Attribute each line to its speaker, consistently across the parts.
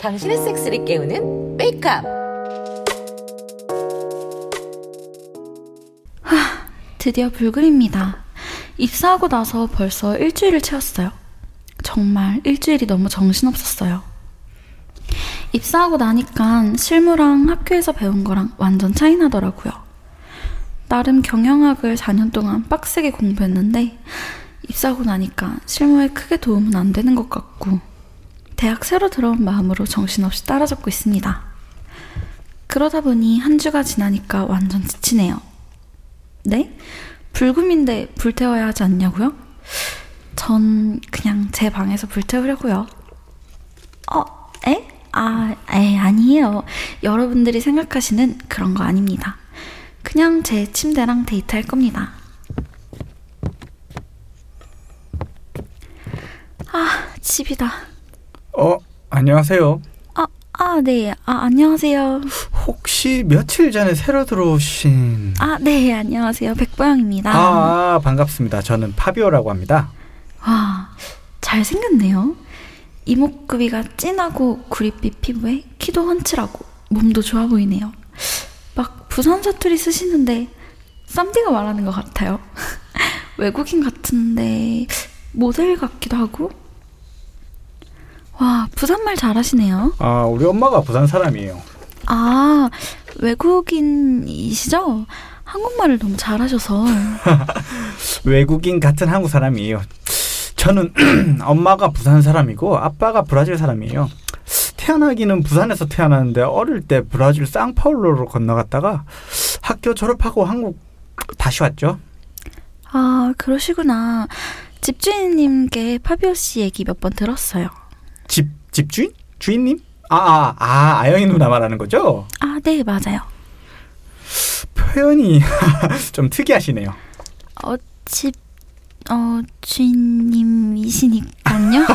Speaker 1: 당신의 섹스를 깨우는 메이크업.
Speaker 2: 드디어 불금입니다. 입사하고 나서 벌써 일주일을 채웠어요. 정말 일주일이 너무 정신없었어요. 입사하고 나니까 실무랑 학교에서 배운 거랑 완전 차이 나더라고요. 나름 경영학을 4년 동안 빡세게 공부했는데 입사하고 나니까 실무에 크게 도움은 안 되는 것 같고 대학 새로 들어온 마음으로 정신없이 따라잡고 있습니다. 그러다 보니 한 주가 지나니까 완전 지치네요. 네? 불금인데 불태워야 하지 않냐고요? 전 그냥 제 방에서 불태우려고요. 어, 에? 아, 에, 아니에요. 여러분들이 생각하시는 그런 거 아닙니다. 그냥 제 침대랑 데이트할 겁니다. 아, 집이다.
Speaker 3: 어, 안녕하세요.
Speaker 2: 아, 아, 네. 아, 안녕하세요.
Speaker 3: 혹시 며칠 전에 새로 들어오신
Speaker 2: 아, 네, 안녕하세요. 백보영입니다.
Speaker 3: 아, 아, 반갑습니다. 저는 파비오라고 합니다.
Speaker 2: 와, 잘생겼네요. 이목구비가 찐하고 구릿빛 피부에 키도 헌칠하고 몸도 좋아 보이네요. 막 부산 사투리 쓰시는데 쌈디가 말하는 것 같아요. 외국인 같은데 모델 같기도 하고. 와, 부산말 잘하시네요.
Speaker 3: 아, 우리 엄마가 부산 사람이에요.
Speaker 2: 아, 외국인이시죠? 한국말을 너무 잘하셔서.
Speaker 3: 외국인 같은 한국 사람이에요. 저는 엄마가 부산 사람이고 아빠가 브라질 사람이에요. 태어나기는 부산에서 태어났는데 어릴 때 브라질 쌍파울로로 건너갔다가 학교 졸업하고 한국 다시 왔죠.
Speaker 2: 아, 그러시구나. 집주인님께 파비오 씨 얘기 몇 번 들었어요.
Speaker 3: 집 집주인? 주인님? 아, 아, 아, 아영이 누나 말하는 거죠?
Speaker 2: 아, 네, 맞아요.
Speaker 3: 표현이 좀 특이하시네요.
Speaker 2: 어, 집, 어, 주인님이시니까요.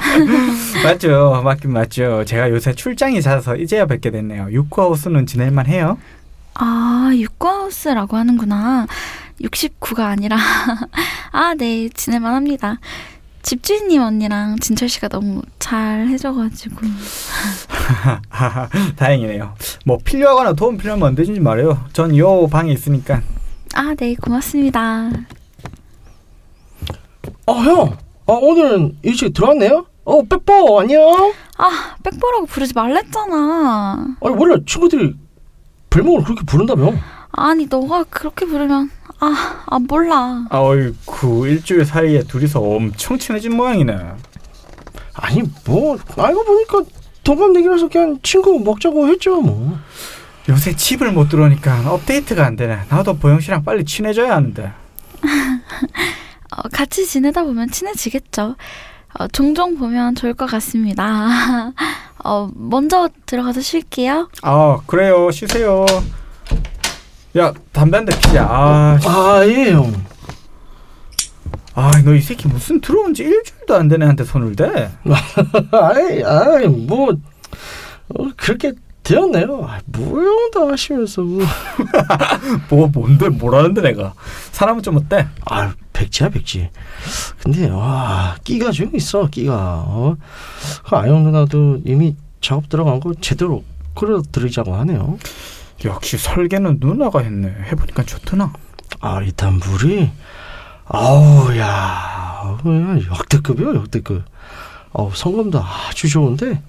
Speaker 3: 맞죠. 맞긴 맞죠. 제가 요새 출장이 잦아서 이제야 뵙게 됐네요. 유쿠하우스는 지낼만 해요?
Speaker 2: 아, 육구하우스라고 하는구나. 69가 아니라. 아, 네, 지낼만 합니다. 집주인님 언니랑 진철 씨가 너무 잘 해줘가지고.
Speaker 3: 다행이네요. 뭐 필요하거나 도움 필요하면 언제든지 말해요. 전 요 방에 있으니까.
Speaker 2: 아, 네, 고맙습니다.
Speaker 4: 어, 형. 아, 오늘은 일찍 들어왔네요? 어, 빼뽀, 안녕.
Speaker 2: 아, 백보라고 부르지 말랬잖아.
Speaker 4: 아니, 원래 친구들이 별명을 그렇게 부른다며?
Speaker 2: 아니, 너가 그렇게 부르면, 아, 아, 몰라.
Speaker 3: 아이쿠 일주일 사이에 둘이서 엄청 친해진 모양이네.
Speaker 4: 아니, 뭐, 알고 보니까 동갑내기라서 그냥 친구 먹자고 했죠, 뭐.
Speaker 3: 요새 집을 못 들어오니까 업데이트가 안 되네. 나도 보영 씨랑 빨리 친해져야 하는데.
Speaker 2: 어, 같이 지내다 보면 친해지겠죠. 어, 종종 보면 좋을 것 같습니다. 어, 먼저 들어가서 쉴게요.
Speaker 3: 아 그래요. 쉬세요. 야 담배 한 대 피자. 아너 이
Speaker 4: 아, 예, 형.
Speaker 3: 아, 새끼 무슨 들어온 지 일주일도 안 된 애한테 손을 대?
Speaker 4: 아이, 아이, 뭐, 어, 그렇게 되었네요. 아, 뭐형다 하시면서, 뭐.
Speaker 3: 뭐 뭔데 뭐라는데 내가. 사람은 좀 어때?
Speaker 4: 아, 백지야, 백지. 근데, 와, 끼가 좀 있어, 끼가. 어? 그 아영 누나도 이미 작업 들어간 거 제대로 끌어들이자고 하네요.
Speaker 3: 역시 설계는 누나가 했네. 해보니까 좋더나.
Speaker 4: 아, 일단 물이 아우 야, 아우, 야 역대급이요 역대급. 아우 성감도 아주 좋은데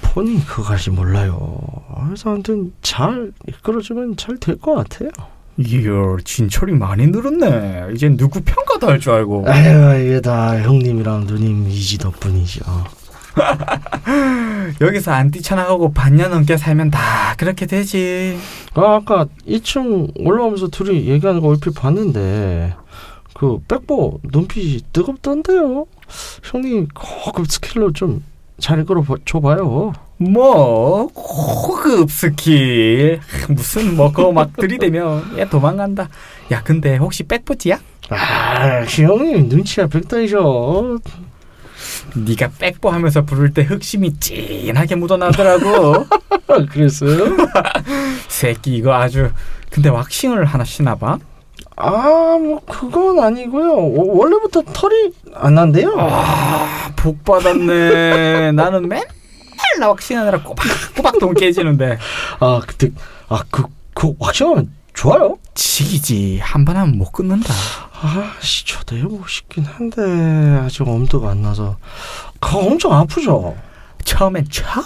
Speaker 4: 본인 그거까지 몰라요. 그래서 아무튼 잘 이끌어주면 잘 될 것 같아요.
Speaker 3: 이야 진철이 많이 늘었네. 이제 누구 평가도 할 줄 알고.
Speaker 4: 에휴 이게 다 형님이랑 누님 이지 어. 덕분이죠.
Speaker 3: 여기서 안 뛰쳐나가고 반년 넘게 살면 다 그렇게 되지.
Speaker 4: 아, 아까 2층 올라오면서 둘이 얘기하는 거 얼핏 봤는데 그 백보 눈빛이 뜨겁던데요. 형님 고급 스킬로 좀 잘 이끌어 봐- 줘봐요.
Speaker 3: 뭐 고급 스킬 무슨 뭐그막 들이대면 얘 도망간다. 야 근데 혹시 백보지야?
Speaker 4: 아, 형님 눈치가 백단이셔.
Speaker 3: 네가 백보 하면서 부를 때 흑심이 찐하게 묻어나더라고.
Speaker 4: 그랬어요?
Speaker 3: 새끼 이거 아주 근데 왁싱을 하나 신나봐?
Speaker 4: 아, 뭐 그건 아니고요. 워- 원래부터 털이 안 난대요.
Speaker 3: 복 받았네. 나는 맨날 나 확신하느라 꼬박꼬박 돈 깨지는데.
Speaker 4: 아, 그때 아, 그, 그 확실하면 좋아요.
Speaker 3: 지기지. 한 번 하면 못 끊는다.
Speaker 4: 아, 씨, 저도 해보고 싶긴 한데 아직 엄두가 안 나서. 그거 엄청 아프죠.
Speaker 3: 처음엔 존나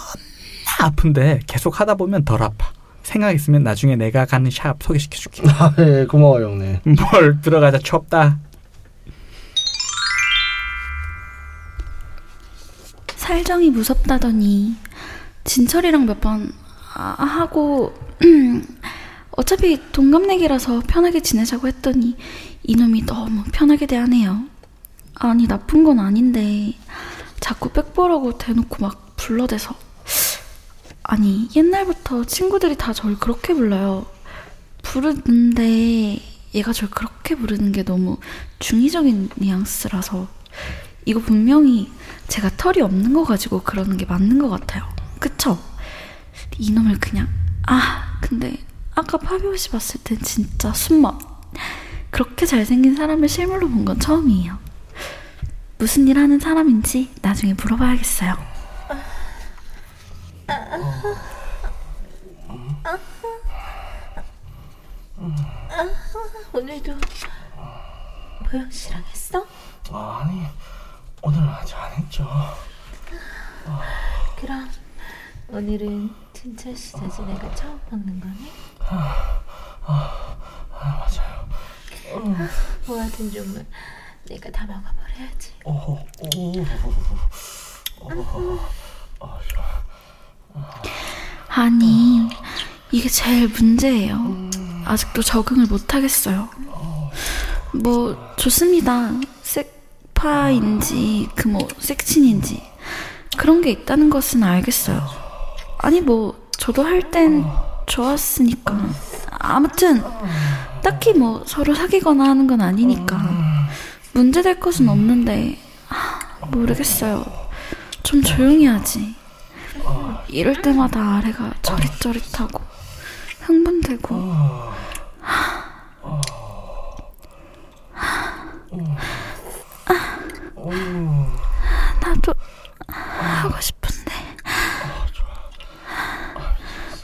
Speaker 3: 아픈데 계속 하다 보면 덜 아파. 생각 있으면 나중에 내가 가는 샵 소개시켜줄게.
Speaker 4: 아, 예, 고마워 형네.
Speaker 3: 뭘 들어가자 춥다.
Speaker 2: 살정이 무섭다더니 진철이랑 몇 번 아, 하고 어차피 동갑내기라서 편하게 지내자고 했더니 이놈이 너무 편하게 대하네요. 아니 나쁜 건 아닌데 자꾸 빽보라고 대놓고 막 불러대서 아니 옛날부터 친구들이 다 절 그렇게 불러요. 부르는데 얘가 절 그렇게 부르는 게 너무 중의적인 뉘앙스라서 이거 분명히 제가 털이 없는 거 가지고 그러는 게 맞는 것 같아요. 그쵸? 이놈을 그냥 아 근데 아까 파비오 씨 봤을 땐 진짜 순맛 그렇게 잘생긴 사람을 실물로 본 건 처음이에요. 무슨 일 하는 사람인지 나중에 물어봐야겠어요.
Speaker 1: 오늘도 보영 씨랑 했어?
Speaker 4: 아니, 오늘은 아직 안 했죠.
Speaker 1: 그럼 오늘은 진철 씨 자신애가 처음 먹는 거니? 아, 맞아요. 뭐하든 좀 내가 다 먹어버려야지.
Speaker 2: 아니 이게 제일 문제예요. 아직도 적응을 못 하겠어요. 뭐 좋습니다. 색파인지 그 뭐 색친인지 그런 게 있다는 것은 알겠어요. 아니 뭐 저도 할 땐 좋았으니까 아무튼 딱히 뭐 서로 사귀거나 하는 건 아니니까 문제될 것은 없는데 하, 모르겠어요. 좀 조용히 하지. 이럴 때마다 아래가 저릿저릿하고 흥분되고 아. 아. 나도 하고 싶은데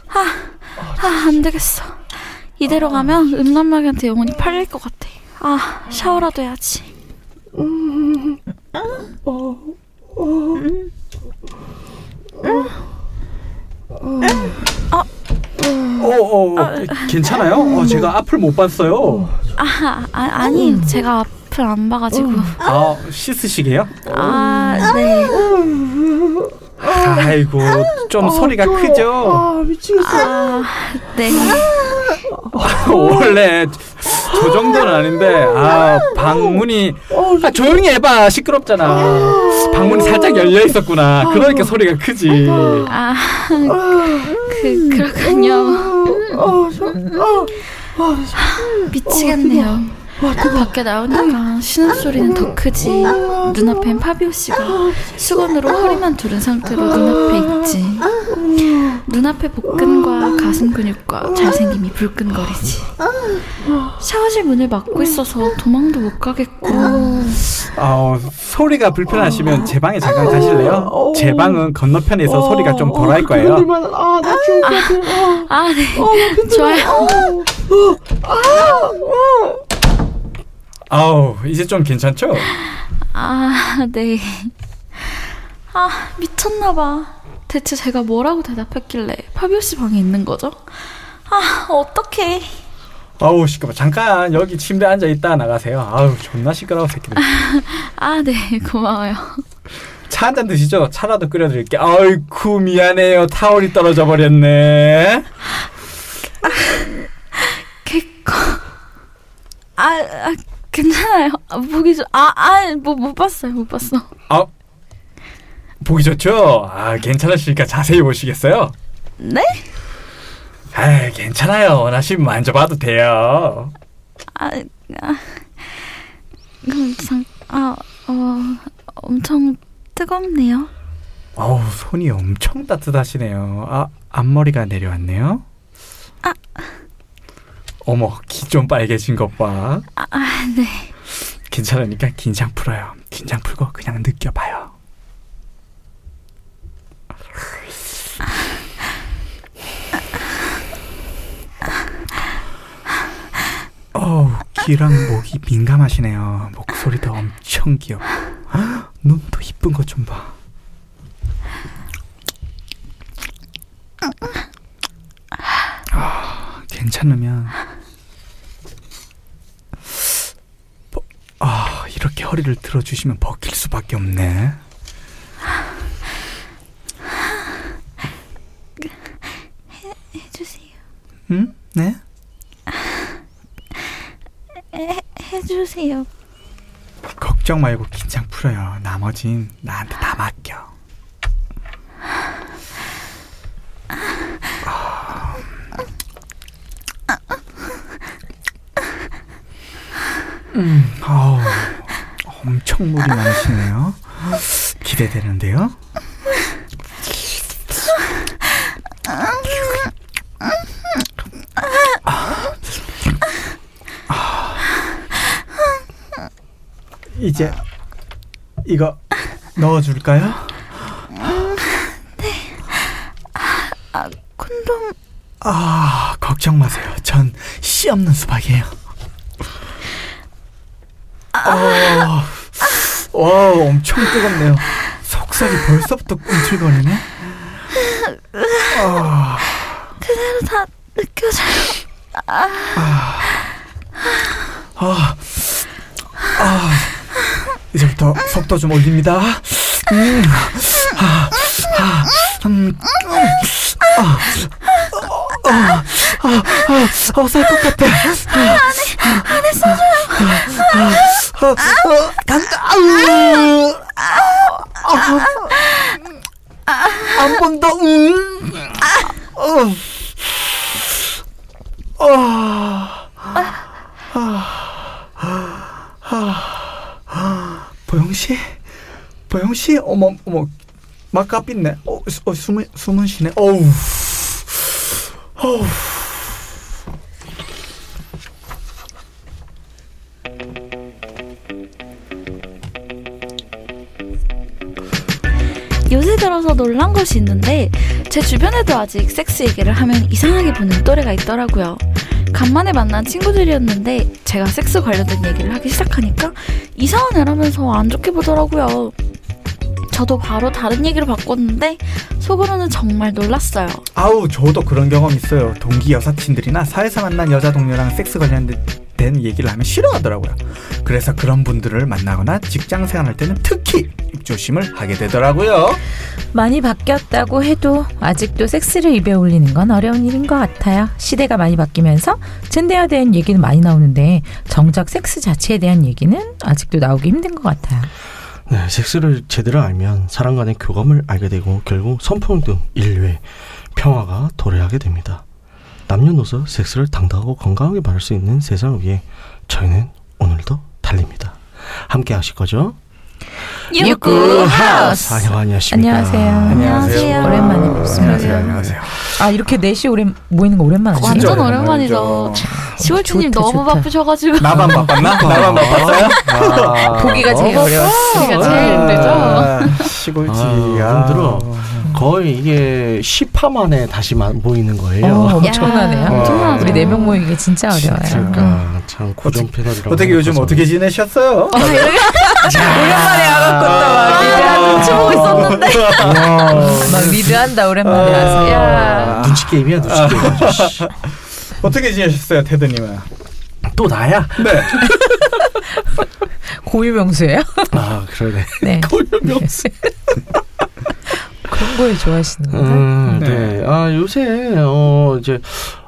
Speaker 2: 아 안 되겠어 이대로 가면 음란마귀한테 영혼이 팔릴 것 같아 아 샤워라도 해야지
Speaker 3: 어어 괜찮아요? 음. 어, 제가 앞을 못 봤어요.
Speaker 2: 아, 아 아니 제가 앞을 안 봐가지고
Speaker 3: 아 씻으시게요?
Speaker 2: 아네
Speaker 3: 아이고 어. 좀 소리가 크죠.
Speaker 4: 아, 미치겠어.
Speaker 2: 네.
Speaker 3: 원래 저 정도는 아닌데 아 방문이 아, 조용히 해봐 시끄럽잖아. 방문이 살짝 열려 있었구나. 그러니까 소리가 크지.
Speaker 2: 아,
Speaker 4: 음,
Speaker 2: 그, 그렇군요.
Speaker 4: 아, 저, 아,
Speaker 2: 아, 미치겠네요. 아, 밖에 나오니까 신음소리는 더 크지. 눈앞엔 파비오 씨가
Speaker 4: 아,
Speaker 2: 수건으로 허리만 두른 상태로 눈앞에 있지. 눈앞에 복근과 가슴 근육과 잘생김이 불끈거리지. 샤워실 문을 막고 있어서 도망도 못 가겠고.
Speaker 3: 아 소리가 불편하시면 제 방에 잠깐 가실래요? 제 방은 건너편에 있어 소리가 좀 덜할 거예요.
Speaker 4: 그분들만, 아, 나 죽을 것 같아. 아,
Speaker 2: 아, 네.
Speaker 4: 어,
Speaker 2: 좋아요.
Speaker 3: 아우 이제 좀 괜찮죠?
Speaker 2: 아, 네. 아, 미쳤나봐. 대체 제가 뭐라고 대답했길래 파비오 씨 방에 있는 거죠? 아, 어떡해.
Speaker 3: 아우 시끄러. 잠깐 여기 침대 앉아 있다 나가세요. 아우 존나 시끄러워 새끼들.
Speaker 2: 아, 네, 고마워요.
Speaker 3: 차 한 잔 드시죠. 차라도 끓여드릴게. 아이쿠 미안해요. 타올이 떨어져 버렸네.
Speaker 2: 개꺼. 아, 아, 괜찮아요. 아, 보기 좋, 아, 아, 뭐, 못 봤어요, 못 봤어.
Speaker 3: 아 보기 좋죠? 아 괜찮으시니까 자세히 보시겠어요?
Speaker 2: 네?
Speaker 3: 아 괜찮아요. 원하시면 만져봐도 돼요.
Speaker 2: 아, 아. 그럼, 상, 아, 어, 엄청 뜨겁네요.
Speaker 3: 아우 손이 엄청
Speaker 2: 아.
Speaker 3: 따뜻하시네요. 아 앞머리가 내려왔네요. 어머 기 좀 빨개진 것봐
Speaker 2: 아, 아, 네.
Speaker 3: 괜찮으니까 긴장 풀어요 긴장 풀고 그냥 느껴봐요 어우 귀랑 목이 민감하시네요 목소리도 엄청 귀엽고 헉, 눈도 이쁜 것 좀봐 아, 괜찮으면 버- 아 이렇게 허리를 들어주시면 벗길 수밖에 없네.
Speaker 2: 해주세요.
Speaker 3: 응? 네?
Speaker 2: 해, 해주세요.
Speaker 3: 걱정 말고 긴장 풀어요. 나머진 나한테 다 맡겨. 아. 음, 아우, 엄청 물이 많으시네요. 기대되는데요. 이제 이거 넣어줄까요?
Speaker 2: 네. 콘돔
Speaker 3: 아 걱정 마세요. 전 씨 없는 수박이에요. 아, 와 엄청 뜨겁네요. 속살이 벌써부터 꿈틀거리네.
Speaker 2: 그대로 다 느껴져요.
Speaker 3: 아, 아 이제부터 속도 좀 올립니다. 음, 아, 아, 음, 아, 어, 어, 어, 어, 살 것 같아. 아, 아, 어, 간다. 아우. 아, 아, 한번 더. 음. 어. 아. 아. 아. 아. 보영 씨, 보영 씨, 어머 어머, 막가빛네. 어, 수- 어 숨은 숨은 쉬네. 어우, 어우.
Speaker 2: 요새 들어서 놀란 것이 있는데 제 주변에도 아직 섹스 얘기를 하면 이상하게 보는 또래가 있더라고요. 간만에 만난 친구들이었는데 제가 섹스 관련된 얘기를 하기 시작하니까 이상한 애라면서 안 좋게 보더라고요. 저도 바로 다른 얘기로 바꿨는데 속으로는 정말 놀랐어요.
Speaker 3: 아우 저도 그런 경험 있어요 동기 여사친들이나 사회에서 만난 여자 동료랑 섹스 관련된 얘기를 하면 싫어하더라고요 그래서 그런 분들을 만나거나 직장 생활할 때는 특히 입조심을 하게 되더라고요
Speaker 5: 많이 바뀌었다고 해도 아직도 섹스를 입에 올리는 건 어려운 일인 것 같아요. 시대가 많이 바뀌면서 젠데에 대한 얘기는 많이 나오는데 정작 섹스 자체에 대한 얘기는 아직도 나오기 힘든 것 같아요.
Speaker 4: 네, 섹스를 제대로 알면 사람 간의 교감을 알게 되고 결국 선풍 등 인류의 평화가 도래하게 됩니다. 남녀노소 섹스를 당당하고 건강하게 말할 수 있는 세상을 위해 저희는 오늘도 달립니다. 함께 하실 거죠?
Speaker 5: 유쿠 하우스.
Speaker 4: 안녕, 안녕하십니까?
Speaker 5: 안녕하세요.
Speaker 2: 안녕하세요.
Speaker 5: 오랜만에 뵙습니다.
Speaker 3: 안녕하세요 안녕하세요
Speaker 5: 아 이렇게 넷이 오랜 모이는 거 오랜만 아니에요?
Speaker 3: 진짜
Speaker 2: 완전
Speaker 3: 오랜만이죠.
Speaker 2: 오랜만이죠. 시월치님
Speaker 5: 좋다,
Speaker 2: 너무
Speaker 5: 좋다.
Speaker 2: 바쁘셔가지고
Speaker 3: 나만 바빴나? 나만 바빴어요? 아,
Speaker 5: 보기가 제일 어려웠어. 어.
Speaker 2: 우리가
Speaker 3: 네.
Speaker 2: 제일
Speaker 3: 어,
Speaker 2: 힘들죠.
Speaker 3: 시골집이야
Speaker 4: 아, 힘들어. 거의 이게 10화 만에 다시 마- 모이는
Speaker 5: 어,
Speaker 4: 거예요.
Speaker 5: 엄청나네요.
Speaker 2: 야,
Speaker 3: 엄청나죠.
Speaker 5: 우리 네 명 모이기 진짜 어려워요.
Speaker 4: 그러니까 참 고정
Speaker 3: 어떻게-
Speaker 4: 패널이라고
Speaker 3: 어떻게 요즘
Speaker 4: 생각해서.
Speaker 3: 어떻게 지내셨어요?
Speaker 2: 아,
Speaker 5: 오랜만에
Speaker 3: 아,
Speaker 5: 와갖고
Speaker 2: 눈치 보고 있었는데
Speaker 5: 막 리드한다 오랜만에 와서. 야.
Speaker 4: 눈치 게임이야 눈치 게임. 아저씨.
Speaker 3: 아. 어떻게 지내셨어요 테드님은?
Speaker 4: 또 나야?
Speaker 3: 네
Speaker 5: 고유명수예요?
Speaker 4: 아 그러네.
Speaker 5: 네.
Speaker 4: 고유명수.
Speaker 5: 그런 거에 좋아하시는 거예요?
Speaker 4: 음,
Speaker 3: 네.
Speaker 4: 네. 아 요새 어 이제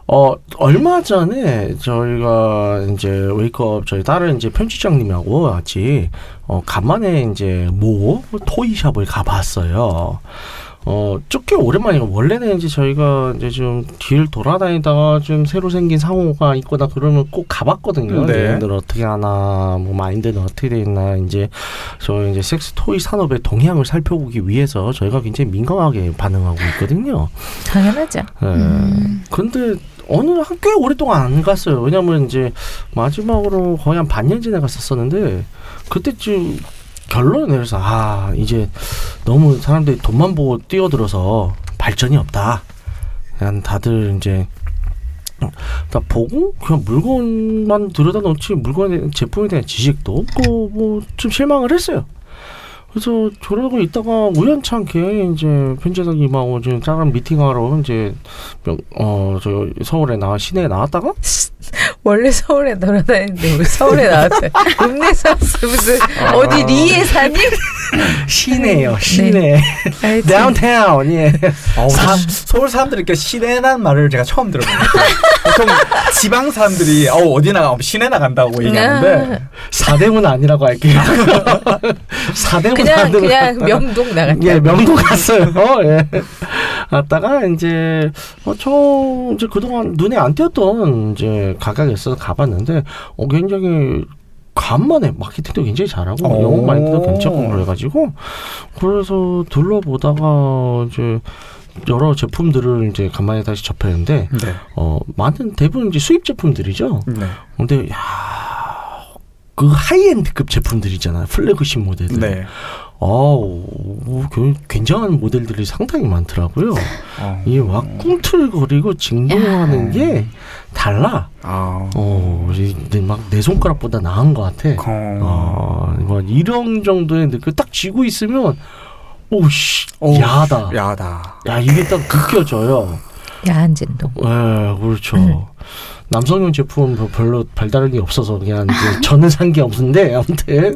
Speaker 4: 어 얼마 전에 저희가 이제 웨이크업 저희 다른 이제 편집장님하고 같이 어 간만에 이제 모 토이샵을 가봤어요. 어, 꽤 오랜만이에요. 원래는 이제 저희가 이제 좀 길 돌아다니다가 좀 새로 생긴 상호가 있거나 그러면 꼭 가봤거든요.
Speaker 3: 네.
Speaker 4: 얘네들 어떻게 하나, 뭐 마인드는 어떻게 돼 있나, 이제 저희 이제 섹스 토이 산업의 동향을 살펴보기 위해서 저희가 굉장히 민감하게 반응하고 있거든요.
Speaker 5: 당연하죠.
Speaker 4: 예. 근데 어느 한 꽤 오랫동안 안 갔어요. 왜냐면 이제 마지막으로 거의 한 반년 전에 갔었었는데 그때쯤 결론을 내려서 아 이제 너무 사람들이 돈만 보고 뛰어들어서 발전이 없다. 그냥 다들 이제 다 보고 그냥 물건만 들여다 놓지 물건에 제품에 대한 지식도 없고 뭐 좀 실망을 했어요. 그래서 저러고 있다가 우연찮게 이제 편집장님하고 지금 작은 미팅하러 이제 어저 서울에 나 시내에 나왔다가
Speaker 5: 원래 서울에 돌아다니는데 왜 서울에 나왔어요? 국내 사스 무슨 어디 리에 사니? 네.
Speaker 4: 시내요
Speaker 5: 시내.
Speaker 4: 다운타운 예
Speaker 3: 어우, 사- 서울 사람들이 이렇게 시내란 말을 제가 처음 들어봅니다. 보통 지방 사람들이 어 어디 나가 어, 시내 나간다고 얘기하는데
Speaker 5: 아.
Speaker 4: 사대문 아니라고 할게요 사대문
Speaker 5: 그냥
Speaker 4: 아니라고
Speaker 5: 그냥
Speaker 4: 할까요?
Speaker 5: 명동 나갔다.
Speaker 4: 뭐 예, 명도 갔어요. 예. 갔다가 이제 어, 처음 이제 그동안 눈에 안 띄었던 이제 가게에 있어서 가봤는데 어, 굉장히 간만에 마케팅도 굉장히 잘하고
Speaker 3: 오.
Speaker 4: 영업 마인드도 괜찮고 그래가지고 그래서 둘러보다가 이제 여러 제품들을 이제 간만에 다시 접했는데
Speaker 3: 네.
Speaker 4: 어 많은 대부분 이제 수입 제품들이죠.
Speaker 3: 네.
Speaker 4: 근데 야. 그 하이엔드급 제품들 있잖아요. 플래그십 모델들.
Speaker 3: 네.
Speaker 4: 아우, 오, 굉- 굉장한 모델들이 상당히 많더라고요.
Speaker 3: 어.
Speaker 4: 이막 꿈틀거리고 진동하는 게 달라.
Speaker 3: 아.
Speaker 4: 어, 막내 손가락보다 나은 것 같아.
Speaker 3: 어.
Speaker 4: 아, 뭐 이런 정도의 느낌. 딱 쥐고 있으면, 오, 씨,
Speaker 3: 어우,
Speaker 4: 야하다. 야.
Speaker 3: 야다.
Speaker 4: 이게 딱 느껴져요.
Speaker 5: 야한 진동.
Speaker 4: 예, 그렇죠. 남성용 제품 뭐 별로 발달한 게 없어서 그냥 이제 저는 산 게 없는데 아무튼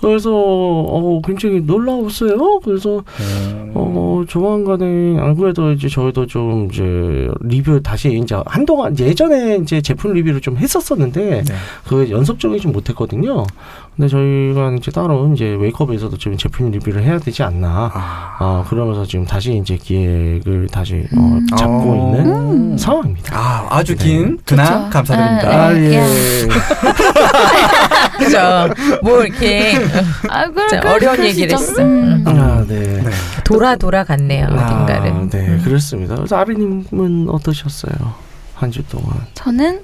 Speaker 4: 그래서 어 굉장히 놀라웠어요. 그래서 어, 조만간에 안 그래도 이제 저희도 좀 이제 리뷰 다시 이제 한동안 이제 예전에 이제 제품 리뷰를 좀 했었었는데
Speaker 3: 네.
Speaker 4: 그 연속적이지 못했거든요. 근데 저희가 이제 따로 이제 웨이크업에서도 좀 제품 리뷰를 해야 되지 않나.
Speaker 3: 아.
Speaker 4: 아 그러면서 지금 다시 이제 기획을 다시
Speaker 2: 음.
Speaker 4: 어, 잡고
Speaker 3: 어.
Speaker 4: 있는
Speaker 3: 음.
Speaker 4: 상황입니다.
Speaker 3: 아, 아주 긴 근황
Speaker 2: 그쵸.
Speaker 3: 감사드립니다.
Speaker 2: 아, 예.
Speaker 5: 그죠? 뭐 이렇게
Speaker 2: 아, 그래,
Speaker 5: 진짜
Speaker 2: 그래,
Speaker 5: 어려운
Speaker 2: 그럴 수
Speaker 5: 얘기를
Speaker 2: 있죠.
Speaker 5: 했어.
Speaker 2: 음.
Speaker 4: 아, 네.
Speaker 3: 네.
Speaker 5: 돌아 돌아 갔네요. 어딘가를. 음.
Speaker 4: 아, 네, 그렇습니다. 그래서 아르님은 어떠셨어요? 한 주 동안.
Speaker 2: 저는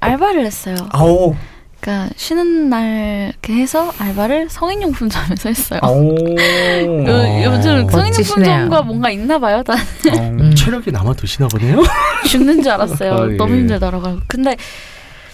Speaker 2: 알바를 했어요.
Speaker 3: 아오.
Speaker 2: 그러니까 쉬는 날 이렇게 해서 알바를 성인용품점에서 했어요.
Speaker 3: 아오.
Speaker 2: 요,
Speaker 4: 어,
Speaker 2: 요즘
Speaker 5: 멋지시네요.
Speaker 2: 성인용품점과 뭔가 있나 봐요. 나
Speaker 5: 음.
Speaker 4: 체력이 남아 드시나 보네요.
Speaker 2: 죽는 줄 알았어요.
Speaker 4: 아, 예.
Speaker 2: 너무 힘들더라고요. 근데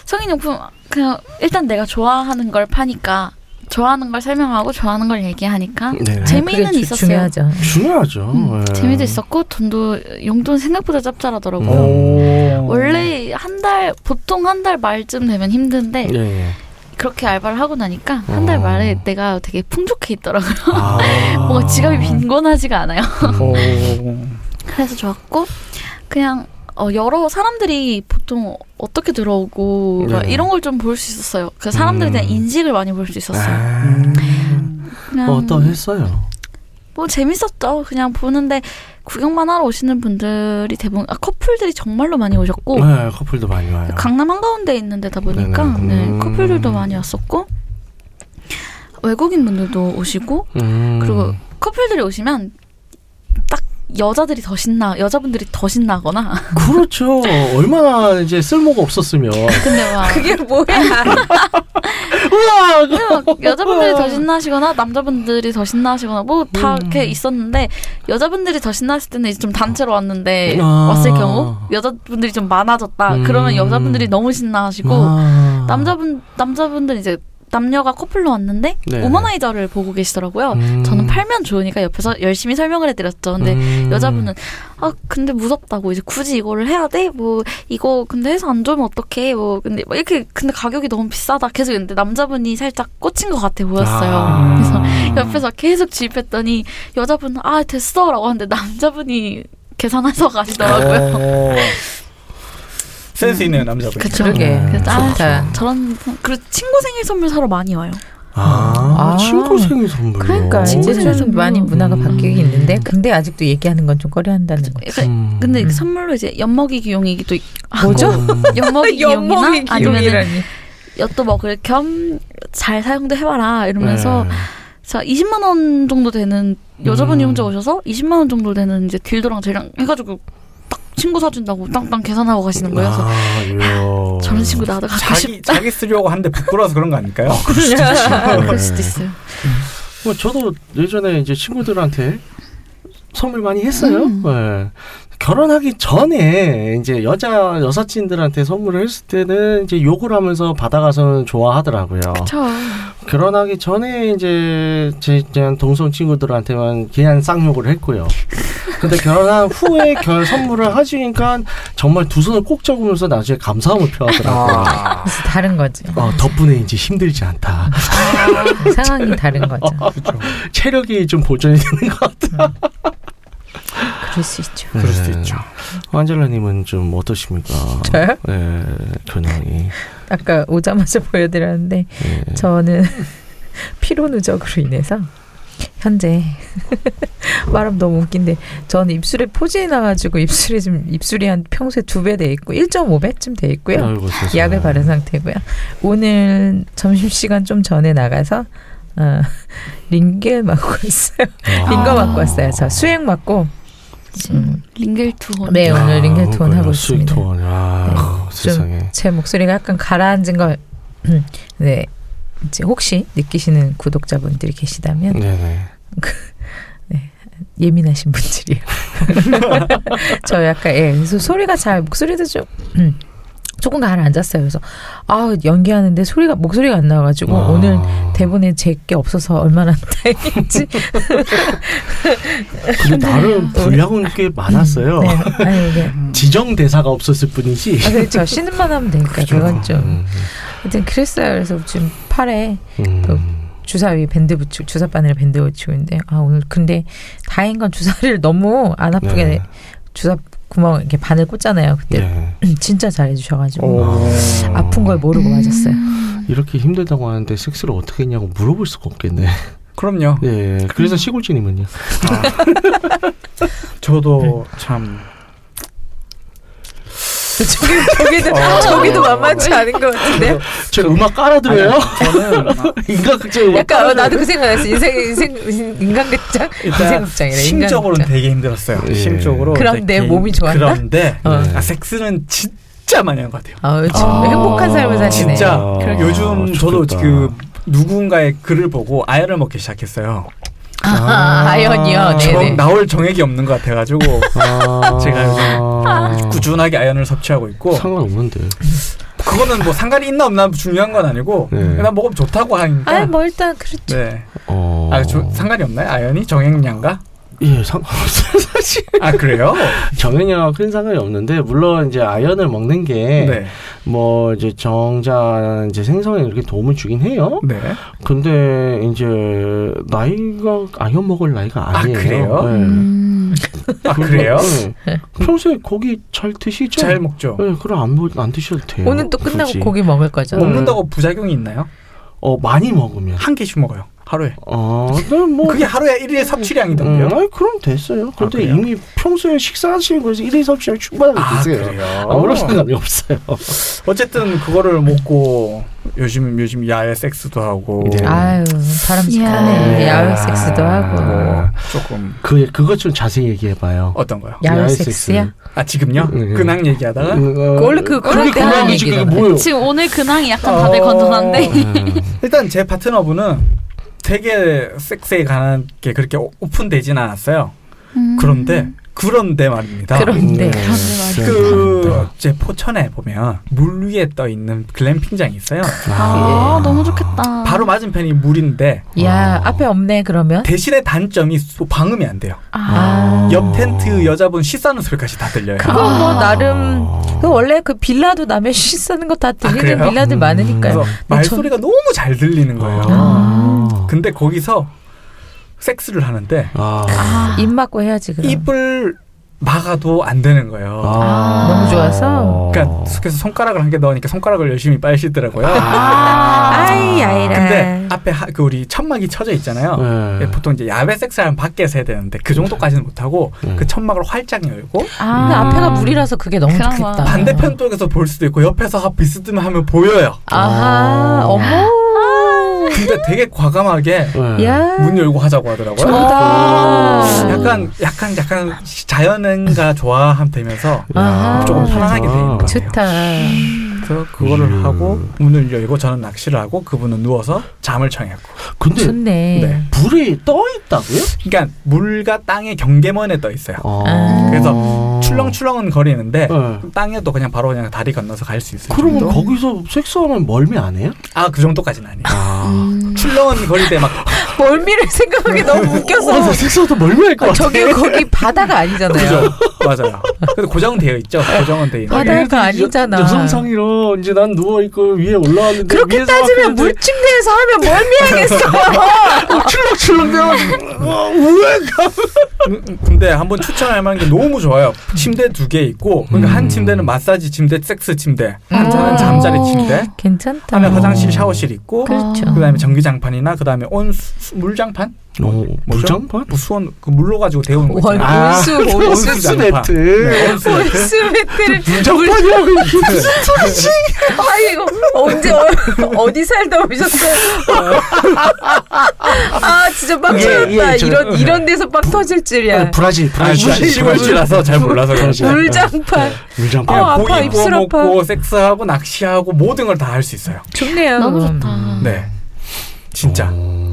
Speaker 2: 성인용품 그냥 일단 내가 좋아하는 걸 파니까 좋아하는 걸 설명하고 좋아하는 걸 얘기하니까
Speaker 4: 네.
Speaker 2: 재미는
Speaker 5: 그게 주-
Speaker 2: 있었어요.
Speaker 5: 중요하죠.
Speaker 4: 중요하죠.
Speaker 2: 음,
Speaker 4: 예.
Speaker 2: 재미도 있었고 돈도 용돈 생각보다 짭짤하더라고요.
Speaker 4: 음.
Speaker 3: 오.
Speaker 2: 원래 한 달 보통 한 달 말쯤 되면 힘든데
Speaker 4: 예, 예.
Speaker 2: 그렇게 알바를 하고 나니까 한 달
Speaker 4: 어.
Speaker 2: 말에 내가 되게 풍족해 있더라고요.
Speaker 4: 아. 뭐,
Speaker 2: 뭔가 지갑이 빈곤하지가 않아요.
Speaker 3: 오.
Speaker 2: 음. 그래서 좋았고 그냥 어, 여러 사람들이 보통 어떻게 들어오고 막
Speaker 4: 네.
Speaker 2: 이런 걸 좀 볼 수 있었어요. 그 사람들에 대한
Speaker 4: 음. 아,
Speaker 2: 인식을 많이 볼 수 있었어요. 그냥
Speaker 4: 네. 어떠했어요?
Speaker 2: 뭐 재밌었죠. 그냥 보는데 구경만 하러 오시는 분들이 대부분 아, 커플들이 정말로 많이 오셨고
Speaker 4: 네, 커플도 많이 와요.
Speaker 2: 강남 한가운데 있는 데다 보니까
Speaker 4: 네네.
Speaker 2: 네,
Speaker 4: 음.
Speaker 2: 커플들도 많이 왔었고 외국인 분들도 오시고
Speaker 4: 음.
Speaker 2: 그리고 커플들이 오시면 딱 여자들이 더 신나 여자분들이 더 신나거나
Speaker 4: 그렇죠. 얼마나 이제 쓸모가 없었으면.
Speaker 2: 근데 막
Speaker 5: 그게 뭐야?
Speaker 4: 우와. 그-
Speaker 2: 그냥 막 여자분들이 더 신나시거나 남자분들이 더 신나시거나 뭐 다
Speaker 4: 음.
Speaker 2: 이렇게 있었는데 여자분들이 더 신났을 때는 이제 좀 단체로 왔는데
Speaker 4: 아.
Speaker 2: 왔을 경우 여자분들이 좀 많아졌다
Speaker 4: 음.
Speaker 2: 그러면 여자분들이 너무 신나하시고
Speaker 4: 아.
Speaker 2: 남자분 남자분들 이제 남녀가 커플로 왔는데
Speaker 4: 네.
Speaker 2: 우머나이저를 보고 계시더라고요.
Speaker 4: 음.
Speaker 2: 저는 팔면 좋으니까 옆에서 열심히 설명을 해드렸죠. 근데
Speaker 4: 음.
Speaker 2: 여자분은 아 근데 무섭다고 이제 굳이 이거를 해야 돼? 뭐 이거 근데 해서 안 좋으면 어떡해? 뭐 근데 막 이렇게 근데 가격이 너무 비싸다 계속 했는데 남자분이 살짝 꽂힌 것 같아 보였어요.
Speaker 4: 아.
Speaker 2: 그래서 옆에서 계속 주입했더니 여자분은 아 됐어라고 하는데 남자분이 계산해서 가시더라고요.
Speaker 3: 오. 아. 센스 있는 남자분.
Speaker 2: 그쵸.
Speaker 5: 그러게.
Speaker 4: 네.
Speaker 2: 그래서 아,
Speaker 5: 좋다.
Speaker 2: 저런 그리고 친구 생일 선물 사러 많이 와요.
Speaker 4: 아,
Speaker 5: 아.
Speaker 4: 친구 생일 선물.
Speaker 5: 그러니까
Speaker 2: 친구
Speaker 5: 이제 좀
Speaker 2: 생각은
Speaker 5: 많이
Speaker 2: 뭐.
Speaker 5: 문화가
Speaker 4: 음.
Speaker 5: 바뀌긴 있는데 근데 아직도 얘기하는 건 좀 꺼려한다는 거.
Speaker 2: 약간 그, 그러니까
Speaker 4: 음.
Speaker 2: 근데 선물로 이제 엿먹이기용이기도
Speaker 5: 뭐죠?
Speaker 2: 엿먹이기용이나 아니면
Speaker 5: 아니면
Speaker 2: 엿도 먹을 겸 잘 사용도 해봐라 이러면서
Speaker 4: 네.
Speaker 2: 자 20만 원 정도 되는 여자분이
Speaker 4: 음.
Speaker 2: 혼자 오셔서 20만 원 정도 되는 이제 딜도랑 재랑 해가지고 딱 친구 사준다고 땅땅 계산하고 가시는 거예요. 그래서
Speaker 4: 아,
Speaker 2: 저런 친구 나도 갖고
Speaker 3: 자기
Speaker 2: 싶다.
Speaker 3: 자기 쓰려고 하는데 부끄러워서 그런 거 아닐까요?
Speaker 2: 그럴 수도 있어요.
Speaker 4: 뭐 저도 예전에 이제 친구들한테 선물 많이 했어요.
Speaker 2: 음.
Speaker 4: 예. 결혼하기 전에 이제 여자 여사친들한테 선물을 했을 때는 이제 욕을 하면서 받아가서는 좋아하더라고요.
Speaker 2: 그쵸.
Speaker 4: 결혼하기 전에 이제 제 그냥 동성 친구들한테만 그냥 쌍욕을 했고요. 근데 결혼한 후에 결 선물을 하시니까 정말 두 손을 꼭 잡으면서 나중에 감사함을 표하더라고요.
Speaker 3: 아,
Speaker 5: 그래서 다른 거지.
Speaker 4: 어, 덕분에 이제 힘들지 않다.
Speaker 2: 아.
Speaker 5: 상황이 다른 거죠.
Speaker 3: 그렇죠.
Speaker 4: 체력이 좀 보존이 되는 것 같아요.
Speaker 5: 그럴 수 있죠.
Speaker 3: 그럴 수도 있죠.
Speaker 4: 안젤라님은 좀 어떠십니까?
Speaker 5: 저요?
Speaker 4: 예, 근황이.
Speaker 5: 아까 오자마자 보여드렸는데
Speaker 4: 예.
Speaker 5: 저는 피로 누적으로 인해서 현재 말하면 너무 웃긴데 저는 입술에 포진이 나가지고 입술이 지금 입술이 한 평소에 두 배 돼 있고 1.5배쯤 돼 있고요.
Speaker 4: 아이고, 세상에.
Speaker 5: 약을 바른 상태고요. 오늘 점심 시간 좀 전에 나가서 어, 링겔 맞고 왔어요.
Speaker 4: 아.
Speaker 5: 링거 맞고 왔어요. 저 수행 맞고 음.
Speaker 2: 링겔 투혼.
Speaker 5: 네
Speaker 4: 아,
Speaker 5: 오늘 링겔 투혼
Speaker 4: 그래요.
Speaker 5: 하고
Speaker 4: 수익
Speaker 5: 있습니다. 네.
Speaker 4: 투혼. 아, 세상에.
Speaker 5: 제 목소리가 약간 가라앉은 걸 네. 이제 혹시 느끼시는 구독자분들이 계시다면
Speaker 4: 네네.
Speaker 5: 예민하신 분들이에요. 저 약간 예, 그래서 소리가 잘 목소리도 좀 음, 조금 가라앉았어요. 그래서 아 연기하는데 소리가 목소리가 안 나와가지고
Speaker 4: 아.
Speaker 5: 어, 오늘 대본에 제게 없어서 얼마나 다행인지.
Speaker 4: 근데 나름 분량은 꽤 많았어요.
Speaker 5: 네, 아니 이게
Speaker 4: 지정 대사가 없었을 뿐이지.
Speaker 5: 아, 그렇죠. 쉬는 만 하면 되니까 그건 좀.
Speaker 4: 음,
Speaker 5: 하여튼 그랬어요. 그래서 지금 팔에
Speaker 4: 음.
Speaker 5: 주사 위에 밴드 붙이고 주사 바늘에 밴드 붙이고 있는데 아 오늘 근데 다행인 건 주사를 너무 안 아프게
Speaker 4: 네.
Speaker 5: 주사 구멍 이렇게 바늘 꽂잖아요. 그때
Speaker 4: 네.
Speaker 3: 예.
Speaker 5: 진짜 잘해주셔가지고
Speaker 3: 오.
Speaker 5: 아픈 걸 모르고 맞았어요.
Speaker 4: 이렇게 힘들다고 하는데 섹스를 어떻게 했냐고 물어볼 수가 없겠네.
Speaker 3: 그럼요.
Speaker 4: 예. 그래서 시골지님은요?
Speaker 3: 저도 참
Speaker 5: 저기, 저기도
Speaker 3: 어.
Speaker 5: 저기도 만만치 않은 것 같은데
Speaker 4: 저 음악 깔아드려요?
Speaker 3: 저는 아,
Speaker 4: 인간극장 음악
Speaker 5: 약간 어, 나도 그 생각났어. 인생 인생 인간극장
Speaker 3: 일단
Speaker 5: 인생극장이래.
Speaker 3: 심적으로는 되게 힘들었어요.
Speaker 4: 예.
Speaker 3: 심적으로
Speaker 5: 그런데
Speaker 3: 이제
Speaker 5: 몸이 좋았나?
Speaker 3: 그런데
Speaker 5: 어.
Speaker 3: 아, 섹스는 진짜 많이 한 것 같아요.
Speaker 5: 아
Speaker 4: 아.
Speaker 5: 정말 행복한 삶을 사시네.
Speaker 3: 진짜
Speaker 4: 그러게요.
Speaker 3: 아, 요즘 저도
Speaker 4: 아, 좋겠다.
Speaker 3: 그 누군가의 글을 보고 아연을 먹기 시작했어요.
Speaker 5: 아, 아연이요.
Speaker 3: 정,
Speaker 5: 네네.
Speaker 3: 나올 정액이 없는 것 같아가지고
Speaker 4: 아,
Speaker 3: 제가
Speaker 4: 요즘
Speaker 3: 꾸준하게 아연을 섭취하고 있고
Speaker 4: 상관없는데.
Speaker 3: 그거는 뭐 상관이 있나 없나 중요한 건 아니고
Speaker 4: 네.
Speaker 3: 그냥 먹으면 좋다고 하니까
Speaker 5: 아니 뭐 일단 그렇죠.
Speaker 3: 네.
Speaker 4: 어.
Speaker 3: 아, 저, 상관이 없나요? 아연이 정액량과?
Speaker 4: 예, 상관없어요, 사실.
Speaker 3: 아 그래요?
Speaker 4: 정형이랑 큰 상관이 없는데, 물론 이제 아연을 먹는 게,
Speaker 3: 네.
Speaker 4: 뭐, 이제 정자, 이제 생성에 이렇게 도움을 주긴 해요.
Speaker 3: 네.
Speaker 4: 근데, 이제, 나이가, 아연 먹을 나이가
Speaker 3: 아,
Speaker 4: 아니에요.
Speaker 3: 그래요?
Speaker 4: 예.
Speaker 2: 음.
Speaker 3: 아 그래요?
Speaker 4: 예. 평소에 고기 잘 드시죠?
Speaker 3: 잘 먹죠.
Speaker 4: 예, 그럼 안, 먹- 안 드셔도 돼요.
Speaker 5: 오늘 또 끝나고
Speaker 4: 굳이.
Speaker 5: 고기 먹을 거죠.
Speaker 4: 음.
Speaker 3: 먹는다고 부작용이 있나요?
Speaker 4: 어, 많이 먹으면.
Speaker 3: 한 개씩 먹어요. 하루에.
Speaker 4: 어, 그럼 뭐. 음,
Speaker 3: 그게 하루에 1일 섭취량이던데요.
Speaker 4: 아니, 그럼 됐어요. 근데
Speaker 3: 그래요?
Speaker 4: 이미 평소에 식사하시는 거에서 1인 섭취를 충분하게
Speaker 3: 아,
Speaker 4: 드세요. 어. 아무런 상관이 없어요.
Speaker 3: 어쨌든 그거를 먹고 요즘 요즘 야외 섹스도 하고
Speaker 4: 네.
Speaker 5: 아유 바람직하네.
Speaker 4: 예.
Speaker 5: 야외 섹스도 하고
Speaker 3: 뭐 조금
Speaker 4: 그 그것 좀 자세히 얘기해봐요.
Speaker 3: 어떤 거요?
Speaker 5: 야외, 섹스야.
Speaker 3: 아 지금요?
Speaker 4: 네.
Speaker 3: 근황 얘기하다가
Speaker 5: 원래 그
Speaker 4: 그게
Speaker 5: 그럴 때 하는
Speaker 4: 그만이지 그게
Speaker 5: 얘기잖아요.
Speaker 4: 뭐예요? 음.
Speaker 2: 지금 오늘 근황이 약간 다들
Speaker 3: 어.
Speaker 2: 건전한데.
Speaker 3: 일단 제 파트너분은 되게 섹스에 관한 게 그렇게 오- 오픈되진 않았어요.
Speaker 2: 음.
Speaker 3: 그런데 그런데 말입니다.
Speaker 5: 그런- 근데
Speaker 4: 네.
Speaker 3: 그제 포천에 보면 물 위에 떠 있는 글램핑장이 있어요.
Speaker 2: 아, 너무 좋겠다.
Speaker 3: 바로 맞은편이 물인데
Speaker 5: 야
Speaker 3: 아.
Speaker 5: 앞에 없네 그러면.
Speaker 3: 대신에 단점이 소- 방음이 안 돼요.
Speaker 5: 아.
Speaker 4: 어.
Speaker 3: 옆 텐트 여자분 씻 싸는 소리까지 다 들려요.
Speaker 5: 그건
Speaker 3: 아.
Speaker 5: 뭐 나름 그 원래 그 빌라도 남의 시 쓰는 거 다 들리는
Speaker 3: 아, 그래요? 음.
Speaker 5: 빌라들 많으니까요.
Speaker 3: 그래서 말소리가 너무 잘 들리는 거예요.
Speaker 4: 네. 아.
Speaker 3: 근데 거기서 섹스를 하는데
Speaker 4: 아.
Speaker 5: 입 막고 해야지 그럼.
Speaker 3: 입을 막아도 안 되는 거예요.
Speaker 4: 아.
Speaker 5: 너무 좋아서?
Speaker 3: 그러니까 숙에서 손가락을 한 개 넣으니까 손가락을 열심히 빠시더라고요.
Speaker 4: 아.
Speaker 5: 아이 아이라.
Speaker 3: 근데 앞에 하, 그 우리 천막이 쳐져 있잖아요. 예,
Speaker 4: 네.
Speaker 3: 보통 이제 야외 섹스하면 밖에서 해야 되는데 그 정도까지는 못하고
Speaker 4: 음.
Speaker 3: 그 천막을 활짝 열고
Speaker 2: 아.
Speaker 5: 근데 앞에가 물이라서 그게 너무
Speaker 2: 그나마.
Speaker 5: 좋겠다.
Speaker 3: 음. 뭐.
Speaker 4: 아.
Speaker 3: 반대편 쪽에서 볼 수도 있고 옆에서 비스듬하면 보여요.
Speaker 5: 아하 어머.
Speaker 3: 근데 되게 과감하게
Speaker 4: 네. 아.
Speaker 5: 야.
Speaker 3: 문 열고 하자고 하더라고요.
Speaker 5: 정답.
Speaker 3: 약간 약간 약간 자연과 조화함되면서
Speaker 5: 아하.
Speaker 3: 조금 편안하게 돼 있는 거예요.
Speaker 5: 좋다.
Speaker 3: 그래서 그거를
Speaker 4: 음.
Speaker 3: 하고 문을 열고 저는 낚시를 하고 그분은 누워서 잠을 청했고.
Speaker 4: 근데
Speaker 5: 좋네.
Speaker 3: 네.
Speaker 4: 물이 떠 있다고요?
Speaker 3: 그러니까 물과 땅의 경계면에 떠 있어요.
Speaker 5: 아.
Speaker 3: 그래서 출렁출렁은 거리는데
Speaker 4: 네.
Speaker 3: 땅에도 그냥 바로 그냥 다리 건너서 갈 수 있을
Speaker 4: 그러면
Speaker 3: 정도.
Speaker 4: 거기서 섹스하면 멀미 안 해요?
Speaker 3: 아 그 정도까지는 아니에요.
Speaker 4: 아.
Speaker 5: 음.
Speaker 3: 출렁은 거릴 때막
Speaker 5: 멀미를 생각하기 너무
Speaker 4: 어,
Speaker 5: 웃겨서.
Speaker 4: 섹스하다 멀미할 것
Speaker 5: 아,
Speaker 4: 같아.
Speaker 5: 저기 거기 바다가 아니잖아요.
Speaker 3: 그죠 맞아요. 근데 고정은 되어 있죠. 고정은 되어 있는.
Speaker 5: 바다가 아니잖아.
Speaker 4: 여성상이로 이제 난 누워 있고 위에 올라왔는데
Speaker 5: 그렇게
Speaker 4: 위에서
Speaker 5: 따지면
Speaker 4: 막 그런데 아,
Speaker 5: 물침대에서 하면 멀미하겠어.
Speaker 4: 출렁출렁대가지고 어,
Speaker 3: 근데 한번 추천할 만한 게 너무 좋아요. 침대 두 개 있고 그러니까
Speaker 4: 음.
Speaker 3: 한 침대는 마사지 침대, 섹스 침대, 한
Speaker 5: 음.
Speaker 3: 차는 잠자리 침대,
Speaker 5: 괜찮다.
Speaker 3: 하나 화장실 샤워실 있고
Speaker 5: 그렇죠.
Speaker 3: 그다음에 전기장판이나 그다음에 온수 물장판
Speaker 4: 어, 물장판?
Speaker 3: 뭐 수원 그 물로 가지고 데우는 거
Speaker 5: 월,
Speaker 3: 있잖아요.
Speaker 4: 아.
Speaker 5: 온수, 온수,
Speaker 3: 온수.
Speaker 4: 온수 네트. 그
Speaker 3: 네, 온수 매트.
Speaker 5: 온수 매트를.
Speaker 4: 물장판이라고 이게 무슨 소리지?
Speaker 5: 아이고, 언제, 어- 어디 살다 오셨어요? 아, 진짜 빵
Speaker 4: 예,
Speaker 5: 터졌다.
Speaker 4: 예, 저-
Speaker 5: 이런, 이런 데서 빵 터질 줄이야.
Speaker 4: 브라질
Speaker 3: 아,
Speaker 4: 브라질
Speaker 3: 진짜 시골지라서 잘 몰라서 그렇지.
Speaker 4: 물-
Speaker 5: 물장판.
Speaker 3: 예.
Speaker 4: 물장판.
Speaker 5: 어,
Speaker 3: 그냥
Speaker 5: 아파,
Speaker 3: 고기 구워
Speaker 5: 입술 아파.
Speaker 3: 먹고 섹스하고 낚시하고 모든 걸 다 할 수 있어요.
Speaker 5: 좋네요.
Speaker 2: 너무 좋다.
Speaker 3: 네, 진짜.
Speaker 4: 어,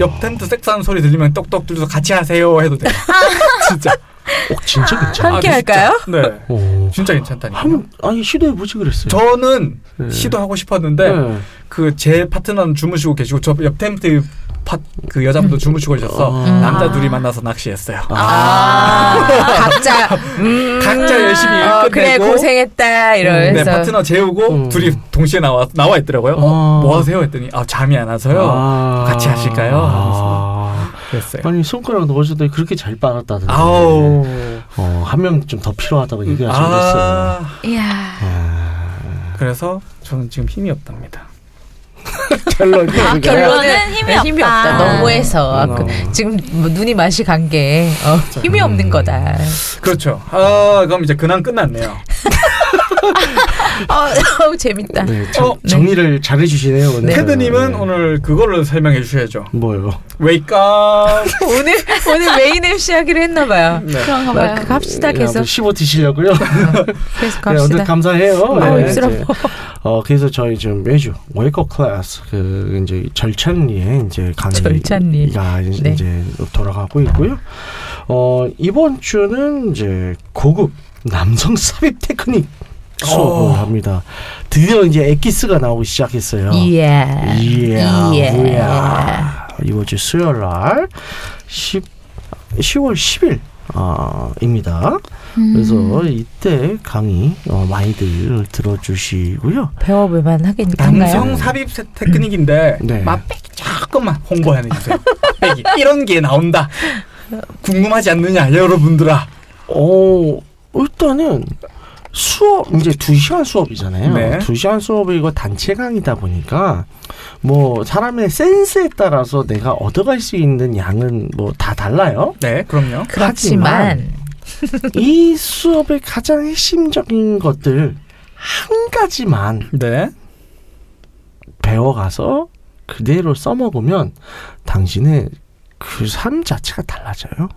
Speaker 3: 옆, 옆 텐트 섹스하는 소리 들리면 똑똑 들려서 같이 하세요 해도 돼요.
Speaker 5: 아.
Speaker 3: 진짜.
Speaker 4: 어, 진짜 괜찮아.
Speaker 5: 함께
Speaker 3: 아, 진짜.
Speaker 5: 할까요?
Speaker 3: 네.
Speaker 4: 어.
Speaker 3: 진짜 괜찮다니까요.
Speaker 4: 한번 아니 시도해 보지 그랬어요.
Speaker 3: 저는
Speaker 4: 네.
Speaker 3: 시도하고 싶었는데
Speaker 4: 네.
Speaker 3: 그 제 파트너는 주무시고 계시고 저 옆 텐트 파, 그 여자분도 주무시고 계셔서
Speaker 4: 아.
Speaker 3: 남자 둘이 만나서 낚시했어요.
Speaker 5: 아, 각자. 음,
Speaker 3: 각자 열심히 일
Speaker 5: 어, 그래,
Speaker 3: 끝내고.
Speaker 5: 고생했다.
Speaker 3: 네,
Speaker 5: 이러면서.
Speaker 3: 파트너 재우고
Speaker 4: 음.
Speaker 3: 둘이 동시에 나와 나와 있더라고요.
Speaker 4: 아.
Speaker 3: 어, 뭐 하세요? 했더니 아 잠이 안 와서요.
Speaker 4: 아.
Speaker 3: 같이 하실까요? 하면서
Speaker 4: 아.
Speaker 3: 그랬어요.
Speaker 4: 아니 손가락 넣어줄 때 그렇게 잘 빨았다던데.
Speaker 3: 아우.
Speaker 4: 어, 한 명 좀 더 필요하다고 얘기하시고 네, 그랬어요. 네.
Speaker 3: 아.
Speaker 2: 이야.
Speaker 3: 그래서 저는 지금 힘이 없답니다.
Speaker 4: 결론이
Speaker 5: 아,
Speaker 4: 그게.
Speaker 5: 결론은 힘이,
Speaker 2: 힘이 없다. 아,
Speaker 5: 없다. 너무해서
Speaker 3: 아,
Speaker 4: 음.
Speaker 5: 그, 지금 뭐 눈이 맛이 간 게 어, 힘이
Speaker 3: 음.
Speaker 5: 없는 거다.
Speaker 3: 그렇죠. 아, 그럼 이제 근황 끝났네요.
Speaker 5: 어, 우 재밌다.
Speaker 4: 네, 정,
Speaker 3: 어,
Speaker 5: 네.
Speaker 4: 정리를 잘해 주시네요 오늘.
Speaker 3: 테드님은
Speaker 4: 네.
Speaker 3: 오늘 그거를 설명해 주셔야죠.
Speaker 4: 뭐요?
Speaker 3: 웨이크업.
Speaker 5: 오늘 오늘 메인 MC 하기로 했나 봐요.
Speaker 3: 네.
Speaker 2: 그런가
Speaker 5: 뭐,
Speaker 2: 봐요.
Speaker 5: 그 갑시다 계속
Speaker 4: 네, 15 드시려고요.
Speaker 5: 계속
Speaker 4: 네, 오늘
Speaker 5: 갑시다.
Speaker 4: 감사해요.
Speaker 5: 아우,
Speaker 4: 네,
Speaker 5: 입술
Speaker 4: 이제, 어 그래서 저희 지금 매주 웨이커 클래스 그 이제 절찬리에 이제
Speaker 5: 절찬리.
Speaker 4: 강의가 이제,
Speaker 5: 네.
Speaker 4: 이제 돌아가고 있고요. 어 이번 주는 이제 고급 남성 삽입 테크닉
Speaker 3: 오.
Speaker 5: 어.
Speaker 4: 수업을 합니다. 드디어 이제 엑기스가 나오기 시작했어요.
Speaker 5: 예.
Speaker 4: 이야,
Speaker 5: 예.
Speaker 4: 뭐야. 이번 주 수요일 날 10, 10월 10일 어, 입니다. 그래서 이때 강의 어, 많이들 들어주시고요.
Speaker 5: 배워볼만 하겠는가요?
Speaker 3: 남성 삽입 세- 테크닉인데
Speaker 4: 네.
Speaker 3: 맛 빼기 조금만 홍보하는 주세요. 빼기 이런 게 나온다. 궁금하지 않느냐 여러분들아.
Speaker 4: 어, 일단은 수업 이제 두 시간 수업이잖아요.
Speaker 3: 네.
Speaker 4: 두 시간 수업이고 단체 강의다 보니까 뭐 사람의 센스에 따라서 내가 얻어갈 수 있는 양은 뭐 다 달라요.
Speaker 3: 네, 그럼요.
Speaker 5: 그렇지만
Speaker 4: 이 수업의 가장 핵심적인 것들 한 가지만
Speaker 3: 네.
Speaker 4: 배워가서 그대로 써먹으면 당신의 그 삶 자체가 달라져요.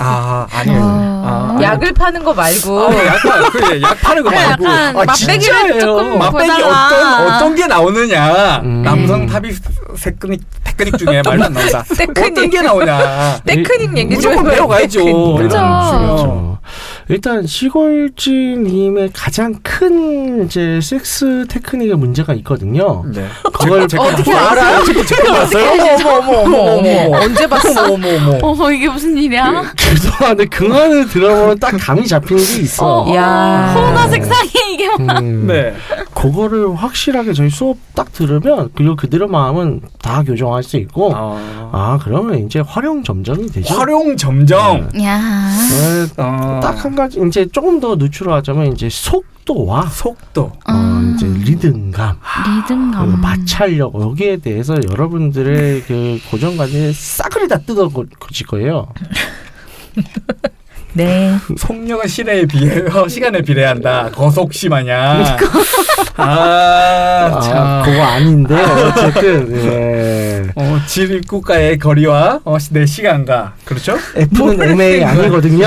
Speaker 3: 아 아니에요. 아, 아니.
Speaker 5: 약을 파는 거 말고
Speaker 3: 아, 약파 그래 약 파는 거 말고
Speaker 2: 약간
Speaker 4: 아,
Speaker 2: 맛배기를
Speaker 4: 진짜예요.
Speaker 2: 조금
Speaker 3: 맛배기
Speaker 2: 보다가
Speaker 3: 어떤 어떤 게 나오느냐
Speaker 4: 음.
Speaker 3: 남성 삽입 테크닉 테크닉 중에 말도 안 나온다.
Speaker 5: 테크닉.
Speaker 3: 어떤 게 나오냐.
Speaker 5: 테크닉 얘기 좀
Speaker 3: 무조건 배워가야죠. 이런 식으로.
Speaker 4: 네. 그렇죠. 일단 시골지님의 가장 큰 이제 섹스 테크닉의 문제가 있거든요.
Speaker 3: 네.
Speaker 4: 그걸
Speaker 5: 어떻게
Speaker 3: 알아요? 어머 어머 어머 어머 어머.
Speaker 5: 언제 봤어?
Speaker 3: 어머 어머 어머.
Speaker 2: 어머 이게 무슨 일이야?
Speaker 4: 죄송한데 근황을 들어보면 딱 감이 잡히는 게 있어.
Speaker 2: 어,
Speaker 5: 야.
Speaker 2: 코로나 색상이 이게 뭐- 막.
Speaker 4: 음.
Speaker 3: 네.
Speaker 4: 그거를 확실하게 저희 수업 딱 들으면 그리고 그대로 마음은 다 교정할 수 있고
Speaker 3: 어.
Speaker 4: 아 그러면 이제 활용 점정이 되죠.
Speaker 3: 활용 점정.
Speaker 2: 야.
Speaker 3: 어.
Speaker 4: 네. 딱 한 가지 이제 조금 더 누출을 하자면 이제 속도와
Speaker 3: 속도.
Speaker 4: 어,
Speaker 2: 음. 아.
Speaker 4: 이제 아, 리듬감
Speaker 2: 리듬감.
Speaker 4: 그리고 마찰력 여기에 대해서 여러분들의 그 네. 고정관념이 싸그리 다 뜯어질 거예요.
Speaker 5: 네.
Speaker 3: 속력은 시내에 비해 어, 시간에 비례한다. 거속시 마냥. 아,
Speaker 4: 그러니까. 아,
Speaker 3: 참.
Speaker 4: 그거 아닌데 어쨌든 예.
Speaker 3: 어, 지립국가의 거리와 어, 시- 내 시간과 그렇죠?
Speaker 4: F는 MA 아니거든요.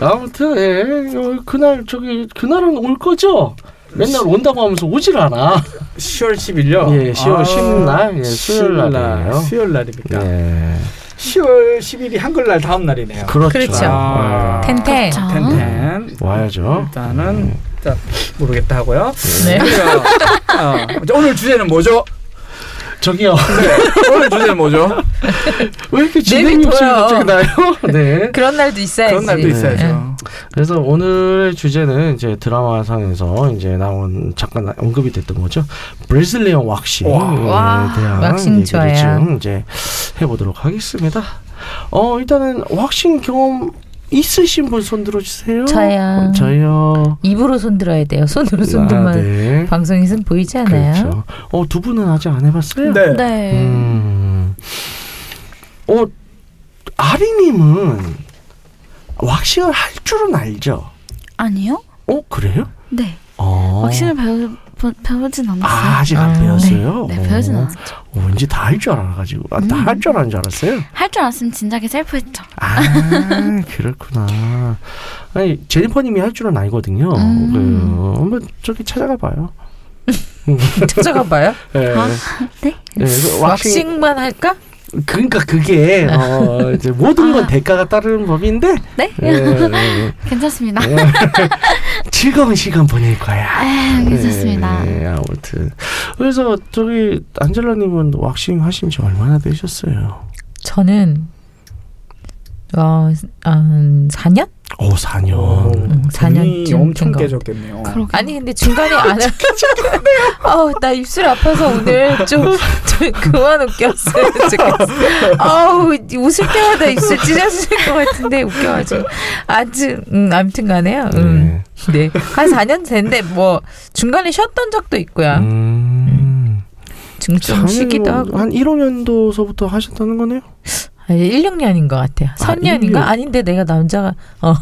Speaker 4: 아무튼 예, 어, 그날 저기 그날은 올 거죠. 맨날 온다고 하면서 오질 않아.
Speaker 3: 10월 10일요. 아,
Speaker 4: 예, 10월 10일 날, 예, 수요일 날이에요.
Speaker 3: 수요일 날입니까?
Speaker 4: 예,
Speaker 3: 10월 10일이 한글날 다음 날이네요.
Speaker 4: 그렇죠. 아.
Speaker 5: 그렇죠.
Speaker 3: 아.
Speaker 4: 예.
Speaker 5: 텐텐.
Speaker 2: 자,
Speaker 3: 텐텐.
Speaker 4: 와야죠.
Speaker 3: 일단은 자, 모르겠다 하고요.
Speaker 5: 네.
Speaker 3: 그리고요, 어, 자, 오늘 주제는 뭐죠?
Speaker 5: 음,
Speaker 4: 저기요.
Speaker 3: 네, 오늘 주제는 뭐죠?
Speaker 4: 왜 이렇게 진행
Speaker 5: 내비
Speaker 4: 욕심이
Speaker 5: 둬요.
Speaker 4: 갑자기 나요? 네.
Speaker 5: 그런 날도 있어야지.
Speaker 3: 그런 날도 있어야죠.
Speaker 4: 그래서 오늘의 주제는 이제 드라마상에서 이제 나온 잠깐 언급이 됐던 거죠. 브레슬리언 왁싱에
Speaker 3: 와.
Speaker 5: 와,
Speaker 4: 대한
Speaker 5: 왁싱
Speaker 4: 얘기를
Speaker 5: 좋아요.
Speaker 4: 좀 이제 해보도록 하겠습니다. 어 일단은 왁싱 경험 있으신 분 손들어 주세요.
Speaker 5: 저요.
Speaker 4: 저요.
Speaker 5: 입으로 손들어야 돼요. 손으로 손들면
Speaker 4: 아, 네.
Speaker 5: 방송에서는 보이지 않아요.
Speaker 4: 그렇죠. 어두 분은 아직 안 해봤어요?
Speaker 3: 네.
Speaker 2: 네.
Speaker 4: 음. 어 아리님은 왁싱을 할 줄은 알죠?
Speaker 2: 아니요?
Speaker 4: 어 그래요?
Speaker 2: 네.
Speaker 4: 어.
Speaker 2: 왁싱을 배우, 배- 배우진 않았어요.
Speaker 4: 아, 아직 안
Speaker 5: 아,
Speaker 4: 배웠어요?
Speaker 2: 네, 배우진
Speaker 4: 어.
Speaker 2: 않았죠.
Speaker 4: 어, 왠지 다 할 줄 알아가지고. 아, 다 할 줄 아는 줄 알았어요?
Speaker 2: 할 줄 알았으면 진작에 셀프했죠.
Speaker 4: 아, 그렇구나. 아니, 제니퍼님이 할 줄은 알거든요.
Speaker 2: 음.
Speaker 4: 그, 한번 저기 찾아가 봐요.
Speaker 5: 찾아가봐요.
Speaker 4: 예.
Speaker 2: 아, 네?
Speaker 4: 예, 그래서 왁싱.
Speaker 5: 왁싱만 할까?
Speaker 4: 그러니까 그게, 어, 이제 모든 건 대가가 따르는 법인데.
Speaker 2: 아. 네?
Speaker 4: 예, 예,
Speaker 2: 괜찮습니다.
Speaker 4: 예. 즐거운 시간 보낼 거야.
Speaker 5: 아,
Speaker 2: 에이, 아, 괜찮습니다.
Speaker 4: 예, 아무튼. 그래서 저기, 안젤라님은 왁싱 하신 지 얼마나 되셨어요?
Speaker 5: 저는 어, 한 4년?
Speaker 4: 오, 4년.
Speaker 5: 음, 4년쯤
Speaker 3: 눈이
Speaker 5: 된
Speaker 3: 엄청
Speaker 5: 거.
Speaker 3: 깨졌겠네요.
Speaker 2: 그러게.
Speaker 5: 아니 근데 중간에 안 할. 아우 나 입술 아파서 오늘 좀, 좀 그만 웃겼어요. 지금. 아우 웃을 때마다 입술 찢어지실 것 같은데 웃겨가지고 아주 음, 아무튼간에요. 음. 네. 한 4년 됐는데 뭐 중간에 쉬었던 적도 있고요.
Speaker 4: 음.
Speaker 5: 지금 좀 쉬기도
Speaker 4: 작년이면
Speaker 5: 하고
Speaker 4: 한 1호년도서부터 하셨다는 거네요.
Speaker 5: 아니, 1, 6년인 것 같아요. 선년인가?
Speaker 4: 16.
Speaker 5: 아닌데 내가 남자가 어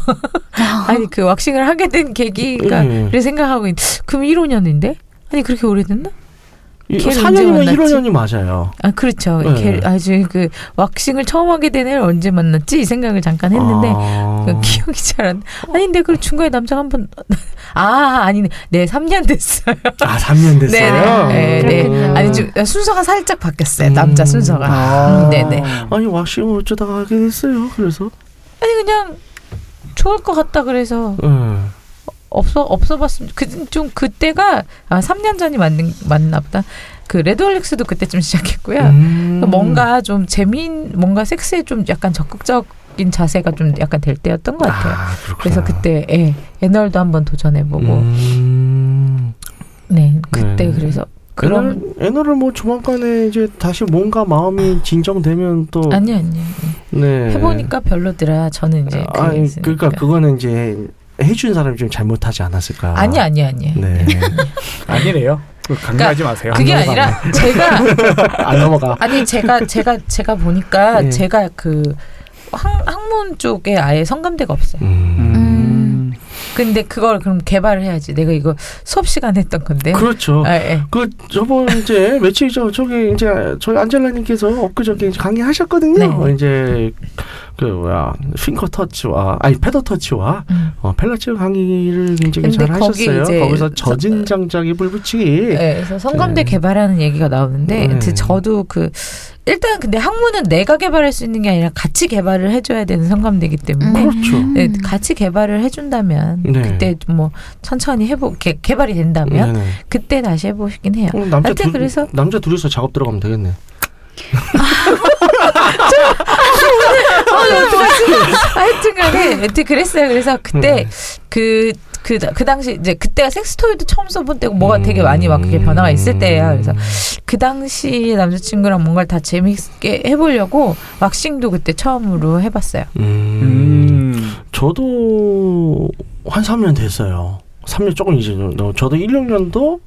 Speaker 5: 아니 그 왁싱을 하게 된 계기가
Speaker 4: 예.
Speaker 5: 그래 생각하고 있. 그럼 1, 5년인데? 아니 그렇게 오래됐나?
Speaker 4: 이-
Speaker 5: 걔를
Speaker 4: 4년이면
Speaker 5: 언제
Speaker 4: 1호년이 맞아요.
Speaker 5: 아 그렇죠.
Speaker 4: 예.
Speaker 5: 이렇게 아주 그 왁싱을 처음 하게 된 애를 언제 만났지? 이 생각을 잠깐 했는데
Speaker 4: 아.
Speaker 5: 그 기억이 잘 안. 아닌데 그 중간에 남자 한 번. 아 아니네. 네 3년 됐어요.
Speaker 4: 아, 3년 됐어요.
Speaker 5: 네, 네, 네.
Speaker 4: 음.
Speaker 5: 아니 좀 순서가 살짝 바뀌었어요.
Speaker 4: 음.
Speaker 5: 남자 순서가.
Speaker 3: 아.
Speaker 5: 음, 네네.
Speaker 4: 아니 왁싱을 어쩌다가 하게 됐어요. 그래서
Speaker 5: 아니 그냥 좋을 것 같다 그래서
Speaker 4: 예.
Speaker 5: 없어 없어봤으면 그좀 그때가 아 3년 전이 맞는 맞나 보다. 그 레드올릭스도 그때쯤 시작했고요.
Speaker 4: 음.
Speaker 5: 그러니까 뭔가 좀 재민 뭔가 섹스에 좀 약간 적극적인 자세가 좀 약간 될 때였던 것 같아요.
Speaker 4: 아, 그렇구나.
Speaker 5: 그래서 그때 예, 애널도 한번 도전해보고
Speaker 4: 음.
Speaker 5: 네 그때
Speaker 4: 네.
Speaker 5: 그래서 그럼
Speaker 4: 애너를 뭐 조만간에 이제 다시 몸과 마음이 진정되면 또
Speaker 5: 아니 아니
Speaker 4: 네.
Speaker 5: 아. 해보니까 별로더라. 저는 이제
Speaker 4: 아,
Speaker 5: 그게
Speaker 4: 아니,
Speaker 5: 있으니까.
Speaker 4: 그러니까 그거는 이제 해준 사람이 좀 잘못하지 않았을까.
Speaker 5: 아니 아니 아니.
Speaker 4: 네.
Speaker 3: 아니래요. 그거 강요하지 마세요.
Speaker 5: 그러니까 그게
Speaker 4: 안
Speaker 5: 아니라 제가
Speaker 4: 안 넘어가.
Speaker 5: 아니 제가 제가 제가 보니까
Speaker 4: 예.
Speaker 5: 제가 그 항, 학문 쪽에 아예 성감대가 없어요. 음.
Speaker 2: 음.
Speaker 5: 근데 그걸 그럼 개발을 해야지. 내가 이거 수업 시간 에 했던 건데.
Speaker 4: 그렇죠.
Speaker 5: 아, 예.
Speaker 4: 그 저번 이제 며칠 전 저기 이제 저희 안젤라님께서 엊그저께 이제 강의하셨거든요.
Speaker 5: 네.
Speaker 4: 이제 그 뭐야 핑거 터치와 아니 패더 터치와
Speaker 5: 음.
Speaker 4: 어, 펠라치 강의를 굉장히
Speaker 5: 근데
Speaker 4: 잘
Speaker 5: 거기
Speaker 4: 하셨어요.
Speaker 5: 이제
Speaker 4: 거기서
Speaker 5: 서-
Speaker 4: 젖은 장작이 불붙이기.
Speaker 5: 예, 그래서 성감대
Speaker 4: 네.
Speaker 5: 개발하는 얘기가 나오는데
Speaker 4: 네.
Speaker 5: 이제 저도 그 일단 근데 학문은 내가 개발할 수 있는 게 아니라 같이 개발을 해줘야 되는 성감대이기
Speaker 2: 음.
Speaker 5: 때문에
Speaker 4: 그렇죠.
Speaker 5: 예, 같이 개발을 해준다면
Speaker 4: 네.
Speaker 5: 그때 좀뭐 천천히 해보 개, 개발이 된다면
Speaker 4: 네네.
Speaker 5: 그때 다시 해보시긴 해요.
Speaker 4: 어, 남자
Speaker 5: 하여튼
Speaker 4: 둘
Speaker 5: 그래서-
Speaker 4: 남자 둘이서 작업 들어가면 되겠네.
Speaker 5: 어, 하여튼간에 하여튼 그랬어요. 그래서 그때 그. 그, 그 당시, 이제, 그때가 섹스토이도 처음 써본 때고, 뭐가 되게 많이 막 그게 변화가 있을 때야. 그래서, 그 당시 남자친구랑 뭔가를 다 재밌게 해보려고, 왁싱도 그때 처음으로 해봤어요.
Speaker 4: 음. 저도 한 3년 됐어요. 3년 조금 이제 좀 넘- 저도 16년도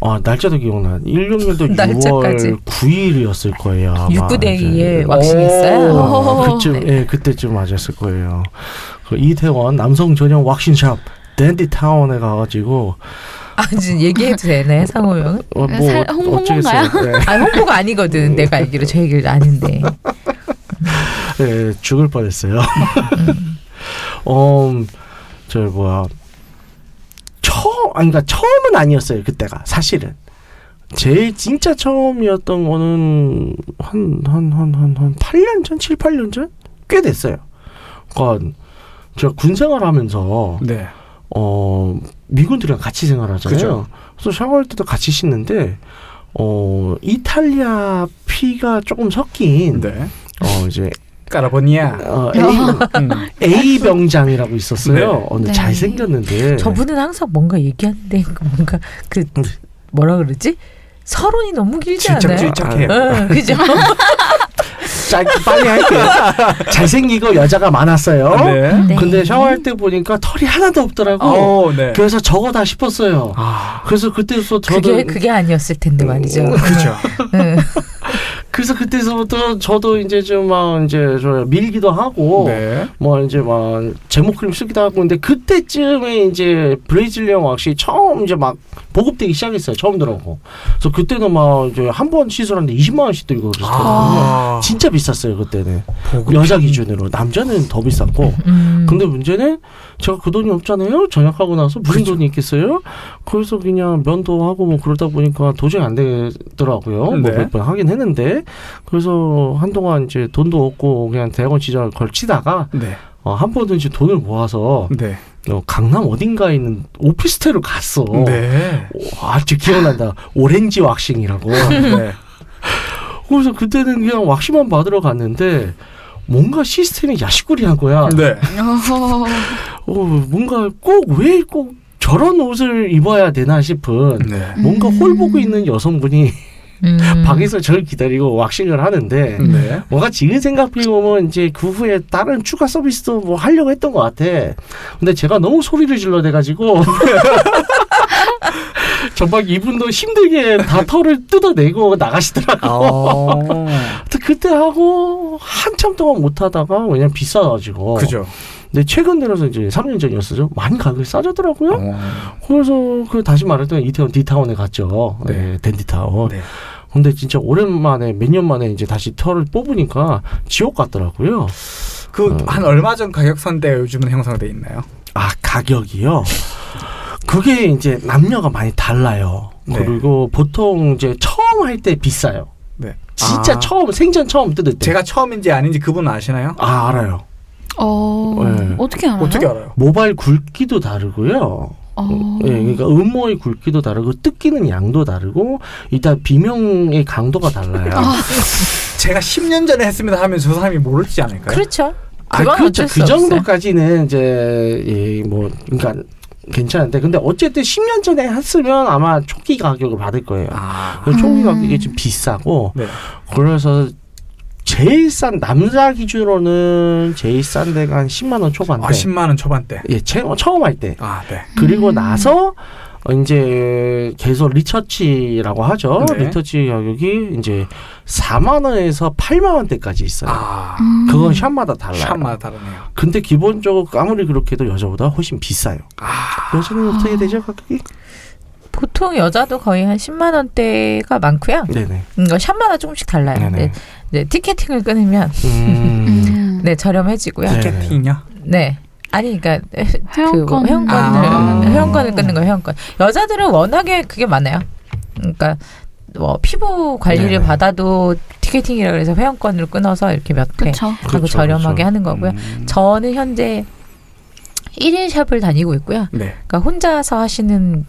Speaker 4: 아 날짜도 기억나. 16년도
Speaker 5: 날짜까지.
Speaker 4: 6월 9일이었을 거예요. 아마.
Speaker 5: 육구데이에
Speaker 4: 이제.
Speaker 5: 왁싱했어요?
Speaker 4: 오,
Speaker 5: 오.
Speaker 4: 그쯤 예 그때쯤 맞았을 거예요. 그 이태원 남성 전용 왁싱샵 댄디타운에 가가지고
Speaker 5: 아, 지금 얘기해도 되네, 상호형.
Speaker 4: 어,
Speaker 2: 살- 홍-
Speaker 4: 어쩌겠어요. 예,
Speaker 5: 아, 홍보가 아니거든. 내가 알기로 제 얘기를 아는데.
Speaker 4: 예, 죽을 뻔했어요. 음, 저 뭐야 처음 아니 그러니까 처음은 아니었어요 그때가 사실은 제일 진짜 처음이었던 거는 한 한 한 한 한 8년 전, 7, 8년 전? 꽤 됐어요. 그러니까 제가 군 생활하면서
Speaker 3: 네.
Speaker 4: 어 미군들이랑 같이 생활하잖아요.
Speaker 3: 그죠.
Speaker 4: 그래서 샤워할 때도 같이 씻는데 어 이탈리아 피가 조금 섞인
Speaker 3: 네.
Speaker 4: 어 이제
Speaker 3: 까라보니아.
Speaker 4: 어, A,
Speaker 3: 음.
Speaker 5: 네.
Speaker 4: A 병장이라고 있었어요.
Speaker 3: 네.
Speaker 4: 어, 근데
Speaker 2: 네.
Speaker 4: 잘생겼는데
Speaker 5: 저분은 항상 뭔가 얘기하는데, 뭔가 그, 뭐라 그러지? 서론이 너무 길지 않아요?
Speaker 3: 질척질척해요.
Speaker 5: 응, 그죠?
Speaker 4: 짧 빨리 할게요. 잘생기고 여자가 많았어요.
Speaker 3: 네.
Speaker 2: 네.
Speaker 4: 음. 근데 샤워할 때 보니까 털이 하나도 없더라고.
Speaker 3: 어, 네.
Speaker 4: 그래서 저거다 싶었어요.
Speaker 3: 아,
Speaker 4: 그래서 그때부터 저도 음.
Speaker 5: 그게, 그게 아니었을 텐데 말이죠.
Speaker 3: 그죠.
Speaker 5: 응.
Speaker 4: 그래서 그때서부터 저도 이제 좀 막 이제 저 밀기도 하고
Speaker 3: 네.
Speaker 4: 뭐 이제 막 제목 그림 쓰기도 하고 근데 그때쯤에 이제 브레질리언 왁시 처음 이제 막 보급되기 시작했어요 처음 들어오고 그래서 그때는 막 이제 한 번 시술하는데 20만 원씩 들고 그랬거든요
Speaker 3: 아,
Speaker 4: 진짜 비쌌어요 그때는
Speaker 3: 보급이-
Speaker 4: 여자 기준으로 남자는 더 비쌌고
Speaker 5: 음.
Speaker 4: 근데 문제는 제가 그 돈이 없잖아요 전역하고 나서 무슨 돈이 있겠어요 그래서 그냥 면도 하고 뭐 그러다 보니까 도저히 안 되더라고요 뭐
Speaker 3: 네.
Speaker 4: 몇 번 하긴 했는데 그래서 한동안 이제 돈도 없고 그냥 대학원 지정을 걸치다가
Speaker 3: 네.
Speaker 4: 어, 한 번은 이제 돈을 모아서
Speaker 3: 네.
Speaker 4: 어, 강남 어딘가에 있는 오피스텔로 갔어.
Speaker 3: 네.
Speaker 4: 오, 아주 기억난다. 오렌지 왁싱이라고.
Speaker 3: 네.
Speaker 4: 그래서 그때는 그냥 왁싱만 받으러 갔는데 뭔가 시스템이 야식구리한 거야.
Speaker 3: 네.
Speaker 2: 어허.
Speaker 4: 어, 뭔가 꼭 왜 꼭 저런 옷을 입어야 되나 싶은
Speaker 3: 네.
Speaker 4: 뭔가
Speaker 2: 음.
Speaker 4: 홀보고 있는 여성분이
Speaker 5: 음.
Speaker 4: 방에서 저를 기다리고 왁싱을 하는데
Speaker 3: 네.
Speaker 4: 뭔가 지금 생각해 보면 이제 그 후에 다른 추가 서비스도 뭐 하려고 했던 것 같아. 근데 제가 너무 소리를 질러대가지고 전방 이분도 힘들게 다 털을 뜯어내고 나가시더라고.
Speaker 3: 어.
Speaker 4: 하여튼 그때 하고 한참 동안 못 하다가 왜냐면 비싸가지고.
Speaker 3: 그죠.
Speaker 4: 근데 최근 들어서 이제 3년 전이었어요. 많이 가격이 싸졌더라고요.
Speaker 3: 음. 어.
Speaker 4: 그래서 그 다시 말했던 이태원 디타운에 갔죠.
Speaker 3: 네.
Speaker 4: 네, 덴디타운.
Speaker 3: 네.
Speaker 4: 근데 진짜 오랜만에 몇 년 만에 이제 다시 털을 뽑으니까 지옥 같더라고요. 어.
Speaker 3: 그 한 얼마 전 가격 선대 요즘은 형성돼 있나요?
Speaker 4: 아 가격이요. 그게 이제 남녀가 많이 달라요.
Speaker 3: 네.
Speaker 4: 그리고 보통 이제 처음 할 때 비싸요.
Speaker 3: 네.
Speaker 4: 진짜
Speaker 3: 아.
Speaker 4: 처음 생전 처음 뜯을 때.
Speaker 3: 제가 처음인지 아닌지 그분은 아시나요?
Speaker 4: 아 알아요.
Speaker 2: 어,
Speaker 4: 네.
Speaker 2: 어떻게 알아요?
Speaker 3: 어떻게 알아요?
Speaker 4: 모발 굵기도 다르고요.
Speaker 2: 어.
Speaker 4: 예, 그러니까 음모의 굵기도 다르고 뜯기는 양도 다르고 일단 비명의 강도가 달라요.
Speaker 5: 아,
Speaker 3: 제가 10년 전에 했습니다 하면 저 사람이 모를지 않을까요?
Speaker 5: 그렇죠.
Speaker 4: 아,
Speaker 5: 그건
Speaker 4: 그렇죠.
Speaker 5: 어쩔
Speaker 4: 그
Speaker 5: 수 없어요.
Speaker 4: 정도까지는 이제 예, 뭐 그러니까 괜찮은데 근데 어쨌든 10년 전에 했으면 아마 초기 가격을 받을 거예요.
Speaker 3: 아.
Speaker 4: 그 초기
Speaker 2: 음.
Speaker 4: 가격이 좀 비싸고
Speaker 3: 네.
Speaker 4: 그래서 제일 싼 남자 기준으로는 제일 싼 데가 한 10만 원 초반대.
Speaker 3: 아, 10만 원 초반대.
Speaker 4: 예, 채, 처음 할 때.
Speaker 3: 아, 네.
Speaker 4: 그리고
Speaker 5: 음.
Speaker 4: 나서 어, 이제 계속 리처치라고 하죠.
Speaker 3: 네.
Speaker 4: 리처치 가격이 이제 4만 원에서 8만 원대까지 있어요.
Speaker 3: 아.
Speaker 2: 음.
Speaker 4: 그건 샵마다 달라요.
Speaker 3: 샵마다 다르네요.
Speaker 4: 근데 기본적으로 아무리 그렇게 해도 여자보다 훨씬 비싸요.
Speaker 3: 아.
Speaker 4: 여자는 어떻게 되죠? 가격이?
Speaker 5: 보통 여자도 거의 한 10만 원대가 많고요.
Speaker 4: 네네.
Speaker 5: 그러니까 샵마다 조금씩 달라요.
Speaker 4: 네네.
Speaker 5: 네, 네, 티켓팅을 끊으면
Speaker 4: 음.
Speaker 2: 음.
Speaker 5: 네 저렴해지고요.
Speaker 4: 네.
Speaker 3: 티켓팅이요?
Speaker 5: 네. 아니 그러니까
Speaker 2: 회원권.
Speaker 5: 그 회원권을
Speaker 3: 아.
Speaker 4: 네.
Speaker 5: 회원권을 끊는 거예요. 회원권. 여자들은 워낙에 그게 많아요. 그러니까 뭐 피부 관리를
Speaker 4: 네네.
Speaker 5: 받아도 티켓팅이라 그래서 회원권을 끊어서 이렇게 몇 회
Speaker 2: 그렇죠.
Speaker 5: 하고 저렴하게 하는 거고요.
Speaker 3: 음.
Speaker 5: 저는 현재 1인 샵을 다니고 있고요.
Speaker 3: 네.
Speaker 5: 그러니까 혼자서 하시는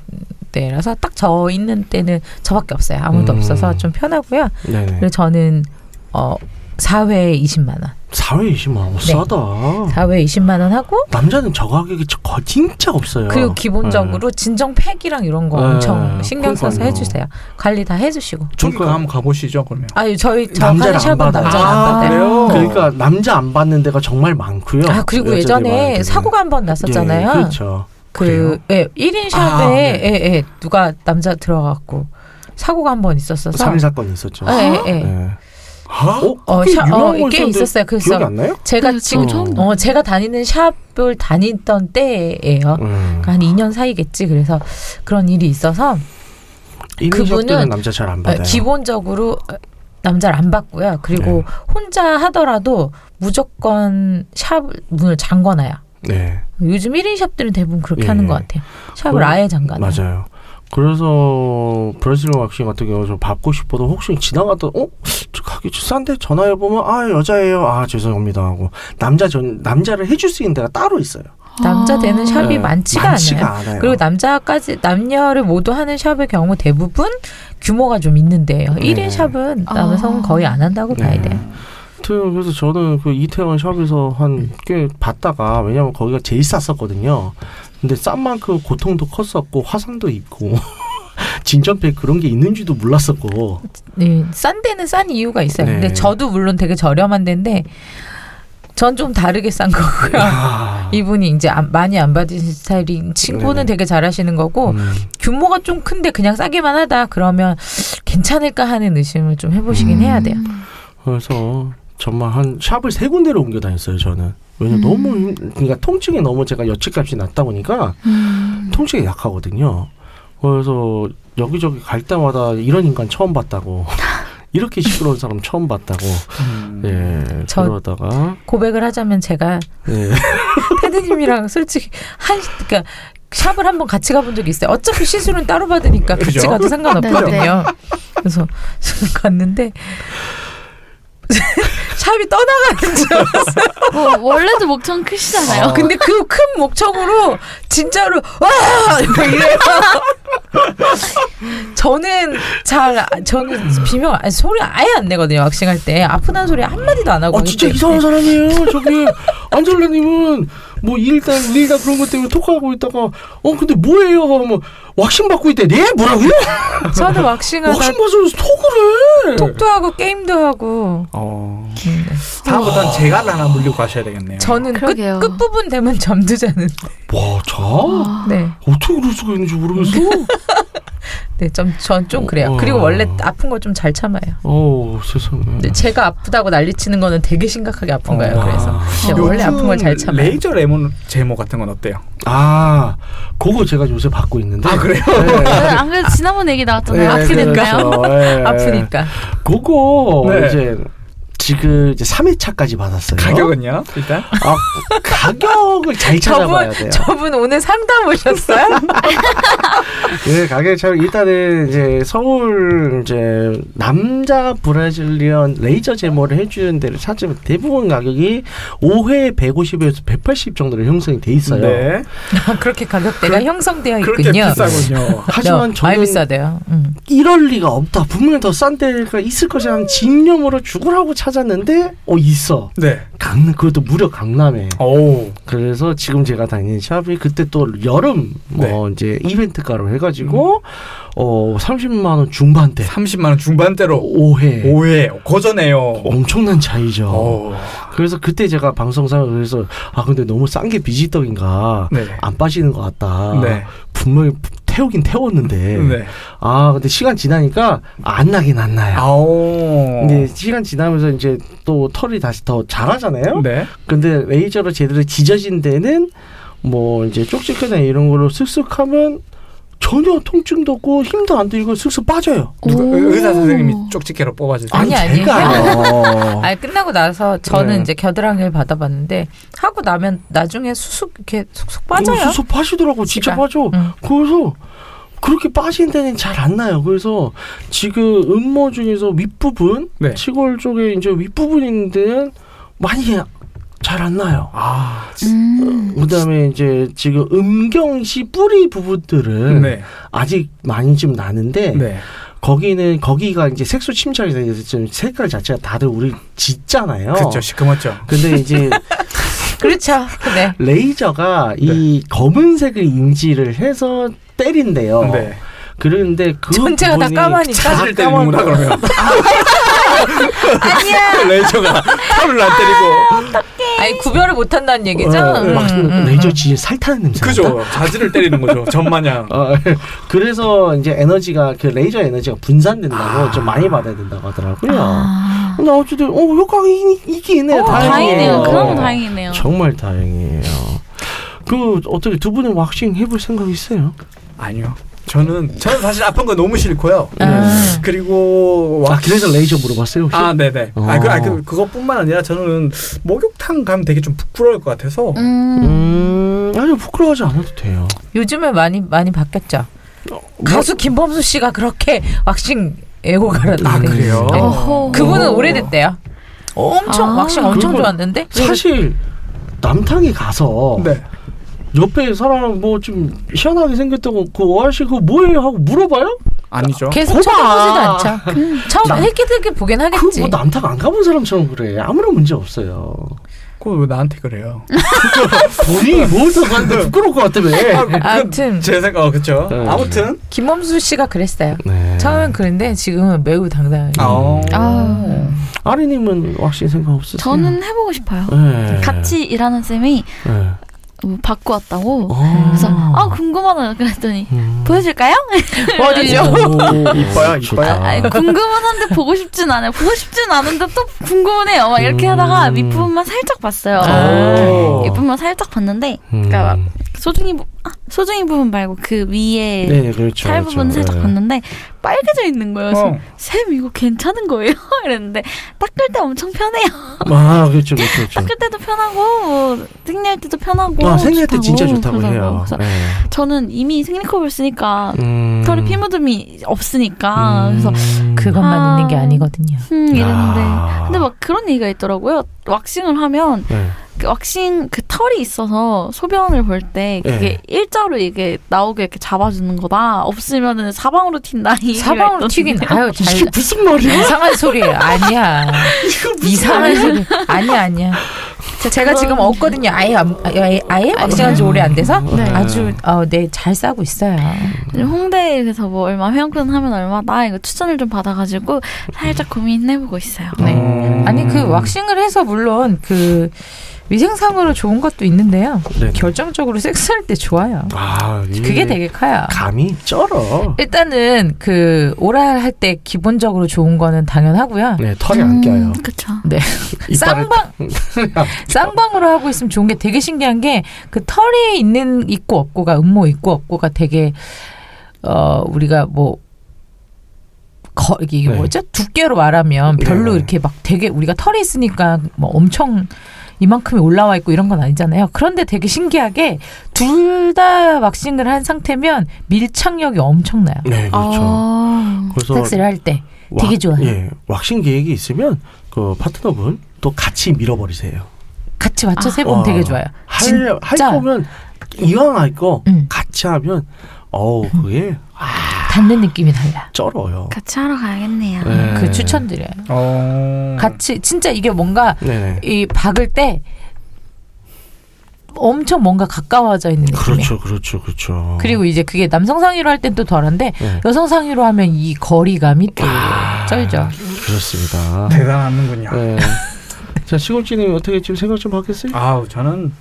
Speaker 5: 때라서 딱 저 있는 때는 저밖에 없어요. 아무도
Speaker 4: 음.
Speaker 5: 없어서 좀 편하고요.
Speaker 4: 네네.
Speaker 5: 그리고 저는 어 4회에 20만 원.
Speaker 4: 4회 20만 원. 어,
Speaker 5: 네.
Speaker 4: 싸다.
Speaker 5: 4회에 20만 원 하고
Speaker 4: 남자는 저 가격이 저- 거- 진짜 없어요.
Speaker 5: 그리고 기본적으로 진정 팩이랑 이런 거
Speaker 4: 네,
Speaker 5: 엄청 신경 써서
Speaker 4: 그러니까요.
Speaker 5: 해주세요. 관리 다 해주시고.
Speaker 3: 저기
Speaker 4: 그러니까-
Speaker 3: 한번 가보시죠, 그러면.
Speaker 5: 아유 저희 저 하는
Speaker 4: 남자를 안
Speaker 5: 샵은
Speaker 4: 받아요.
Speaker 5: 남자가
Speaker 3: 아,
Speaker 5: 안 받아요.
Speaker 3: 그래요?
Speaker 4: 그러니까 남자 안 받는 데가 정말 많고요.
Speaker 5: 아 그리고 예전에
Speaker 4: 여자들이 많은 데는.
Speaker 5: 사고가 한 번
Speaker 4: 예,
Speaker 5: 났었잖아요.
Speaker 4: 그렇죠.
Speaker 5: 그
Speaker 3: 그래요?
Speaker 5: 예, 1인 샵에
Speaker 3: 아, 네.
Speaker 5: 예, 예, 누가 남자 들어가고 사고가 한 번 있었어서
Speaker 4: 살인 사건이 있었죠.
Speaker 5: 예, 예, 예.
Speaker 4: 예.
Speaker 3: 아?
Speaker 4: 어?
Speaker 5: 어,
Speaker 4: 그게
Speaker 5: 샤- 어,
Speaker 4: 유명한
Speaker 5: 이게
Speaker 4: 거였었는데
Speaker 5: 있었어요. 그래서-
Speaker 4: 기억이 안 나요?
Speaker 5: 제가
Speaker 2: 네,
Speaker 5: 지금
Speaker 2: 처음
Speaker 4: 어.
Speaker 5: 어, 제가 다니는 샵을 다니던 때예요.
Speaker 4: 음.
Speaker 5: 그러니까 한 2년 사이겠지. 그래서 그런 일이 있어서
Speaker 4: 그분은
Speaker 5: 그분은
Speaker 4: 남자 잘 안
Speaker 5: 어,
Speaker 4: 받아요.
Speaker 5: 기본적으로 남자를 안 받고요.
Speaker 4: 네.
Speaker 5: 그리고 혼자 하더라도 무조건 샵 문을 잠궈놔요.
Speaker 4: 네,
Speaker 5: 요즘 1인 샵들은 대부분 그렇게
Speaker 4: 예.
Speaker 5: 하는 것 같아요. 샵을
Speaker 4: 그럼-
Speaker 5: 아예 잠가놔요.
Speaker 4: 맞아요. 그래서 브라질 왁싱 같은 경우 좀 받고 싶어도 혹시 지나가다 어? 저 가게 좀 싼데 전화해 보면 아 여자예요. 아 죄송합니다 하고 남자 전 남자를 해줄 수 있는 데가 따로 있어요.
Speaker 5: 남자 되는 샵이
Speaker 4: 네,
Speaker 5: 많지가 않아요.
Speaker 4: 않아요.
Speaker 5: 그리고 남자까지 남녀를 모두 하는 샵의 경우 대부분 규모가 좀 있는데요.
Speaker 4: 네.
Speaker 5: 1인 샵은 남성은 거의 안 한다고
Speaker 4: 네.
Speaker 5: 봐야 돼요.
Speaker 4: 아무튼 그래서 저는 그 이태원 샵에서 한 꽤 봤다가 왜냐면 거기가 제일 쌌었거든요. 근데 싼 만큼 고통도 컸었고 화상도 입고 진전팩 그런 게 있는지도 몰랐었고
Speaker 5: 네, 싼 데는 싼 이유가 있어요.
Speaker 4: 네.
Speaker 5: 근데 저도 물론 되게 저렴한 데인데 전 좀 다르게 싼 거고요.
Speaker 4: 아,
Speaker 5: 이분이 이제 안- 많이 안 받으신 스타일인 친구는
Speaker 4: 네네.
Speaker 5: 되게 잘하시는 거고
Speaker 4: 음.
Speaker 5: 규모가 좀 큰데 그냥 싸기만 하다 그러면 괜찮을까 하는 의심을 좀 해보시긴
Speaker 4: 음.
Speaker 5: 해야 돼요.
Speaker 4: 그래서 정말 한 샵을 세 군데로 옮겨 다녔어요 저는. 왜냐면 너무 힘- 그러니까 통증이 너무 제가 여치값이 낮다 보니까 통증이 약하거든요. 그래서 여기저기 갈 때마다 이런 인간 처음 봤다고 이렇게 시끄러운 사람 처음 봤다고
Speaker 3: 음.
Speaker 4: 예
Speaker 5: 저-
Speaker 4: 그러다가
Speaker 5: 고백을 하자면 제가
Speaker 4: 예.
Speaker 5: 테드님이랑 솔직히 한 그러니까 샵을 한번 같이 가본 적이 있어요. 어차피 시술은 따로 받으니까 같이
Speaker 3: 그죠?
Speaker 5: 가도
Speaker 4: 네,
Speaker 5: 상관없거든요. 그래서 갔는데 샵이 떠나가는 줄 알았어요.
Speaker 2: 뭐 원래도 목청 크시잖아요.
Speaker 4: 어.
Speaker 5: 근데 그 큰 목청으로 진짜로 와 이러고 이래요. 저는 잘 저는 비명 아니, 소리 아예 안 내거든요. 왁싱할 때 아프다는 소리 한 마디도 안 하고.
Speaker 4: 아 진짜
Speaker 5: 하기 때문에.
Speaker 4: 이상한 사람이에요. 저기 안젤라님은 뭐 일단 일단 그런 것 때문에 톡하고 있다가 어 근데 뭐예요? 하면 왁싱 받고 있대. 네 뭐라고요?
Speaker 5: 저는 왁싱하다
Speaker 4: 왁싱 받으면 톡을 해.
Speaker 5: 그러니까 톡도 하고 게임도 하고.
Speaker 3: 어.
Speaker 5: 음.
Speaker 3: 다음부터는 제가 하나 물리고 가셔야 되겠네요.
Speaker 5: 저는 끝,
Speaker 2: 그러게요.
Speaker 5: 끝부분 되면 점두자는.
Speaker 4: 와 자.
Speaker 2: 아.
Speaker 5: 네.
Speaker 4: 어떻게 그럴 수가 있는지 모르면서
Speaker 5: 네, 좀, 전 좀 그래요.
Speaker 4: 어.
Speaker 5: 그리고 원래 아픈 거 좀 잘 참아요.
Speaker 4: 어우 세상에
Speaker 5: 근데 제가 아프다고 난리치는 거는 되게 심각하게 아픈 거예요.
Speaker 3: 어.
Speaker 5: 그래서. 근데
Speaker 3: 요즘
Speaker 5: 원래 아픈 걸 잘 참아요.
Speaker 3: 레이저 레몬 제모 같은 건 어때요?
Speaker 4: 아 그거 제가 요새 받고 있는데 네.
Speaker 3: 아 그래요?
Speaker 5: 어?
Speaker 2: 안 그래도 지난번에 얘기
Speaker 4: 예,
Speaker 2: 나왔잖아요. 어떻게 됐나요?
Speaker 5: 아프니까.
Speaker 4: 그렇죠. 그거
Speaker 3: 네.
Speaker 4: 이제 지금 이제 3회차까지 받았어요
Speaker 3: 가격은요? 일단
Speaker 4: 아, 가격을 잘 찾아봐야
Speaker 5: 저분,
Speaker 4: 돼요
Speaker 5: 저분 오늘 상담 오셨어요? 아,
Speaker 4: 예, 가게 참 일단은 이제 서울 이제 남자 브라질리언 레이저 제모를 해주는 데를 찾으면 대부분 가격이 5회 150에서 180 정도로 형성이 돼 있어요.
Speaker 3: 네.
Speaker 5: 그렇게 가격대가 형성되어
Speaker 3: 그렇게
Speaker 5: 있군요. 네.
Speaker 3: 비싸군요.
Speaker 4: 하지만
Speaker 5: 많이
Speaker 4: 저는
Speaker 5: 비싸대요. 음.
Speaker 4: 이럴 리가 없다. 분명히 더 싼 데가 있을 것이라는 집념으로 죽으라고 찾았는데 어 있어.
Speaker 3: 네.
Speaker 4: 강남 그것도 무려 강남에.
Speaker 3: 오.
Speaker 4: 그래서 지금 제가 다니는 샵이 그때 또 여름 어
Speaker 3: 네.
Speaker 4: 이제 이벤트가로 해가지고
Speaker 3: 음.
Speaker 4: 어 30만 원 중반대
Speaker 3: 30만 원 중반대로
Speaker 4: 5회
Speaker 3: 오해 어. 거저네요.
Speaker 4: 엄청난 차이죠.
Speaker 3: 오.
Speaker 4: 그래서 그때 제가 방송사에 그래서 아 근데 너무 싼 게 비지떡인가
Speaker 3: 네.
Speaker 4: 안 빠지는 것 같다.
Speaker 3: 네.
Speaker 4: 분명히 태우긴 태웠는데
Speaker 3: 네.
Speaker 4: 아 근데 시간 지나니까 안 나긴 안
Speaker 3: 아.
Speaker 4: 나요.
Speaker 3: 아오.
Speaker 4: 근데 시간 지나면서 이제 또 털이 다시 더 자라잖아요.
Speaker 3: 네.
Speaker 4: 근데 레이저로 제대로 지져진 데는 뭐 이제 쪽지거나 이런 걸로 슥슥 하면 전혀 통증도 없고 힘도 안 들고 슥슥 빠져요.
Speaker 3: 누가
Speaker 2: 오.
Speaker 3: 의사 선생님이 쪽지게로 뽑아주세요.
Speaker 5: 아니, 아니.
Speaker 4: 제가요.
Speaker 5: 아 끝나고 나서 저는
Speaker 4: 어. 네.
Speaker 5: 이제 겨드랑이를 받아봤는데 하고 나면 나중에 수숙 이렇게 쏙쏙 빠져요.
Speaker 4: 수소 빠지더라고 진짜
Speaker 5: 시간.
Speaker 4: 빠져.
Speaker 5: 음.
Speaker 4: 그래서 그렇게 빠진 데는 잘 안 나요. 그래서 지금 음모 중에서 윗부분
Speaker 3: 네.
Speaker 4: 치골 쪽에 이제 윗부분인데 많이 잘 안 나요.
Speaker 3: 아.
Speaker 2: 음.
Speaker 4: 그다음에 이제 지금 음경시 뿌리 부분들은
Speaker 3: 네.
Speaker 4: 아직 많이 좀 나는데
Speaker 3: 네.
Speaker 4: 거기는 거기가 이제 색소 침착이 돼서 지금 색깔 자체가 다들 우리 짙잖아요.
Speaker 3: 그렇죠. 시커멓죠.
Speaker 4: 근데 이제
Speaker 5: 그렇죠. 네.
Speaker 4: 레이저가 이 검은색을 인지를 해서 때린대요.
Speaker 3: 네.
Speaker 4: 그런데 그
Speaker 5: 전체가 다
Speaker 4: 부분이
Speaker 5: 까마니까.
Speaker 3: 사실 때리는구나 그러면.
Speaker 5: 아니야.
Speaker 3: 레이저가 탑을 안 때리고.
Speaker 5: 아예 구별을 못 한다는 얘기죠.
Speaker 4: 어,
Speaker 5: 음,
Speaker 4: 막
Speaker 5: 음,
Speaker 4: 레이저 지인 살타는 냄새. 난다?
Speaker 3: 그죠. 자질을 때리는 거죠. 전마냥.
Speaker 4: 어, 그래서 이제 에너지가 그 레이저 에너지가 분산된다고 좀 많이 받아야 된다고 하더라고요.
Speaker 2: 아,
Speaker 4: 근데 어쨌든 어 효과가 이- 이기긴 해요.
Speaker 2: 어, 다행이네요.
Speaker 4: 다행이에요. 어.
Speaker 2: 그럼 다행이네요.
Speaker 4: 정말 다행이에요. 그 어떻게 두 분은 왁싱 해볼 생각 있어요?
Speaker 3: 아니요. 저는 저는 사실 아픈 거 너무 싫고요.
Speaker 5: 아.
Speaker 3: 그리고
Speaker 4: 아 그래서 레이저 물어봤어요 혹시?
Speaker 3: 아, 네네.
Speaker 4: 어.
Speaker 3: 아, 그, 아, 그, 그것뿐만 아니라 저는 목욕탕 가면 되게 좀 부끄러울 것 같아서.
Speaker 2: 음,
Speaker 4: 음 아니요 부끄러워하지 않아도 돼요.
Speaker 5: 요즘에 많이 많이 바뀌었죠. 가수 김범수 씨가 그렇게 왁싱 애호가라던데.
Speaker 3: 아, 그래요?
Speaker 5: 네.
Speaker 2: 어허.
Speaker 5: 그분은 오래됐대요. 엄청
Speaker 2: 아.
Speaker 5: 왁싱 엄청
Speaker 4: 그분-
Speaker 5: 좋았는데
Speaker 4: 네, 사실 남탕에 가서
Speaker 3: 네.
Speaker 4: 옆에 사람 뭐 좀 희한하게 생겼다고 그 아저씨 그거 뭐예요 하고 물어봐요?
Speaker 3: 아니죠.
Speaker 5: 계속
Speaker 4: 거봐.
Speaker 5: 쳐다보지도 않죠. 처음
Speaker 4: 남-
Speaker 5: 헬기들게 보긴
Speaker 4: 그
Speaker 5: 하겠지.
Speaker 4: 뭐 남탕 안 가본 사람처럼 그래 아무런 문제 없어요.
Speaker 3: 그거 왜 나한테 그래요?
Speaker 4: 본인이 모여서 가는데 부끄러울 것 같다며.
Speaker 5: 아무튼
Speaker 3: 그, 제 생각, 어, 그쵸.
Speaker 4: 네.
Speaker 3: 아무튼.
Speaker 5: 김범수 씨가 그랬어요.
Speaker 4: 네.
Speaker 5: 처음엔 그랬는데 지금은 매우 당당해요.
Speaker 3: 아,
Speaker 2: 아,
Speaker 4: 아리님은 왁싱 생각 없으세요?
Speaker 2: 저는 해보고 싶어요.
Speaker 4: 네.
Speaker 2: 같이 일하는 쌤이
Speaker 4: 네.
Speaker 2: 뭐 받고 왔다고.
Speaker 4: 어.
Speaker 2: 그래서 아 궁금하다 그랬더니
Speaker 4: 음.
Speaker 2: 보여줄까요?
Speaker 5: 어딜요?
Speaker 3: 이뻐요,
Speaker 4: 좋다.
Speaker 3: 이뻐요.
Speaker 2: 아니, 궁금은 한데 보고 싶진 않아요. 보고 싶진 않은데 또 궁금해요. 막 이렇게
Speaker 4: 음.
Speaker 2: 하다가 윗부분만 살짝 봤어요.
Speaker 4: 오.
Speaker 2: 윗부분만 살짝 봤는데 그러니까 막 소중히 부- 아, 소중히 부분 말고 그 위에
Speaker 4: 네, 그렇죠.
Speaker 2: 살
Speaker 4: 그렇죠.
Speaker 2: 부분 살짝
Speaker 4: 네.
Speaker 2: 봤는데 빨개져 있는 거예요. 그래서
Speaker 3: 어.
Speaker 2: 쌤 이거 괜찮은 거예요? 이랬는데 닦을 때 엄청 편해요.
Speaker 4: 아, 그렇죠, 그렇죠, 그렇죠.
Speaker 2: 닦을 때도 편하고 뭐 생리할 때도 편하고
Speaker 4: 아, 생리할 때
Speaker 2: 좋다고
Speaker 4: 진짜 좋다고
Speaker 2: 그러더라고요.
Speaker 4: 해요.
Speaker 2: 그래서
Speaker 4: 네.
Speaker 2: 저는 이미 생리컵을 쓰니까
Speaker 4: 음.
Speaker 2: 털에 피묻음이 없으니까 그래서
Speaker 4: 음.
Speaker 5: 그것만
Speaker 2: 아.
Speaker 5: 있는 게 아니거든요.
Speaker 2: 음 이랬는데
Speaker 4: 아.
Speaker 2: 근데 막 그런 얘기가 있더라고요. 왁싱을 하면
Speaker 4: 네.
Speaker 2: 그 왁싱 그 털이 있어서 소변을 볼 때
Speaker 4: 네.
Speaker 2: 그게 일자로 이게 나오게 이렇게 잡아주는 거다. 없으면은 사방으로 튄다. 이 얘기가
Speaker 5: 사방으로
Speaker 2: 있던데요.
Speaker 5: 튀긴 아유 잘
Speaker 4: 무슨 말이야?
Speaker 5: 이상한 소리예요. 아니야. 이상한 소리. 아니야 아니야. 제가 지금 없거든요. 아예 안- 아예 아예 음. 왁싱한 지 오래 안 돼서
Speaker 4: 네.
Speaker 5: 아주 어네잘 싸고 있어요.
Speaker 2: 홍대에서 뭐 얼마 회원권 하면 얼마나 이거 추천을 좀 받아가지고 살짝 고민해보고 있어요.
Speaker 5: 네.
Speaker 4: 음.
Speaker 5: 아니 그 왁싱을 해서 물론 그 위생상으로 좋은 것도 있는데요.
Speaker 4: 네.
Speaker 5: 결정적으로 섹스할 때 좋아요.
Speaker 4: 아, 이게
Speaker 5: 그게 되게 커요.
Speaker 4: 감이 쩔어.
Speaker 5: 일단은 그 오랄 할 때 기본적으로 좋은 거는 당연하고요.
Speaker 4: 네, 털이
Speaker 2: 음.
Speaker 4: 안 껴요.
Speaker 2: 그쵸.
Speaker 4: 이빨을
Speaker 5: 쌍방 쌍방으로 하고 있으면 좋은 게 되게 신기한 게 그 털이 있는 있고 없고가 음모 있고 없고가 되게 어 우리가 뭐 거, 이게 이게
Speaker 4: 네.
Speaker 5: 뭐죠 두께로 말하면 별로
Speaker 4: 네.
Speaker 5: 이렇게 막 되게 우리가 털이 있으니까 뭐 엄청 이만큼이 올라와 있고 이런 건 아니잖아요. 그런데 되게 신기하게 둘 다 왁싱을 한 상태면 밀착력이 엄청나요.
Speaker 4: 네, 그렇죠.
Speaker 2: 아.
Speaker 4: 그래서
Speaker 5: 섹스를 할 때.
Speaker 4: 왁-
Speaker 5: 되게 좋아요.
Speaker 4: 예, 왁싱 계획이 있으면 그 파트너분 또 같이 밀어버리세요.
Speaker 5: 같이 맞춰서 해보면
Speaker 4: 와.
Speaker 5: 되게 좋아요.
Speaker 4: 할, 할 거면 이왕 할 거
Speaker 5: 응.
Speaker 4: 같이 하면 어우 그게
Speaker 5: 음, 닿는 느낌이 달라.
Speaker 4: 쩔어요.
Speaker 2: 같이 하러 가야겠네요.
Speaker 4: 네.
Speaker 5: 그 추천드려요.
Speaker 3: 어.
Speaker 5: 같이 진짜 이게 뭔가
Speaker 4: 네네.
Speaker 5: 이 박을 때 엄청 뭔가 가까워져 있는 느낌이에요.
Speaker 4: 그렇죠, 그렇죠, 그렇죠.
Speaker 5: 그리고 이제 그게 남성 상의로 할 땐 또 덜한데
Speaker 4: 네.
Speaker 5: 여성 상의로 하면 이 거리감이 또
Speaker 4: 아.
Speaker 5: 쩔죠.
Speaker 4: 그렇습니다.
Speaker 3: 대단하는군요.
Speaker 4: 네. 자 시골지님 어떻게 지금 생각 좀 하겠어요?
Speaker 3: 아우, 저는,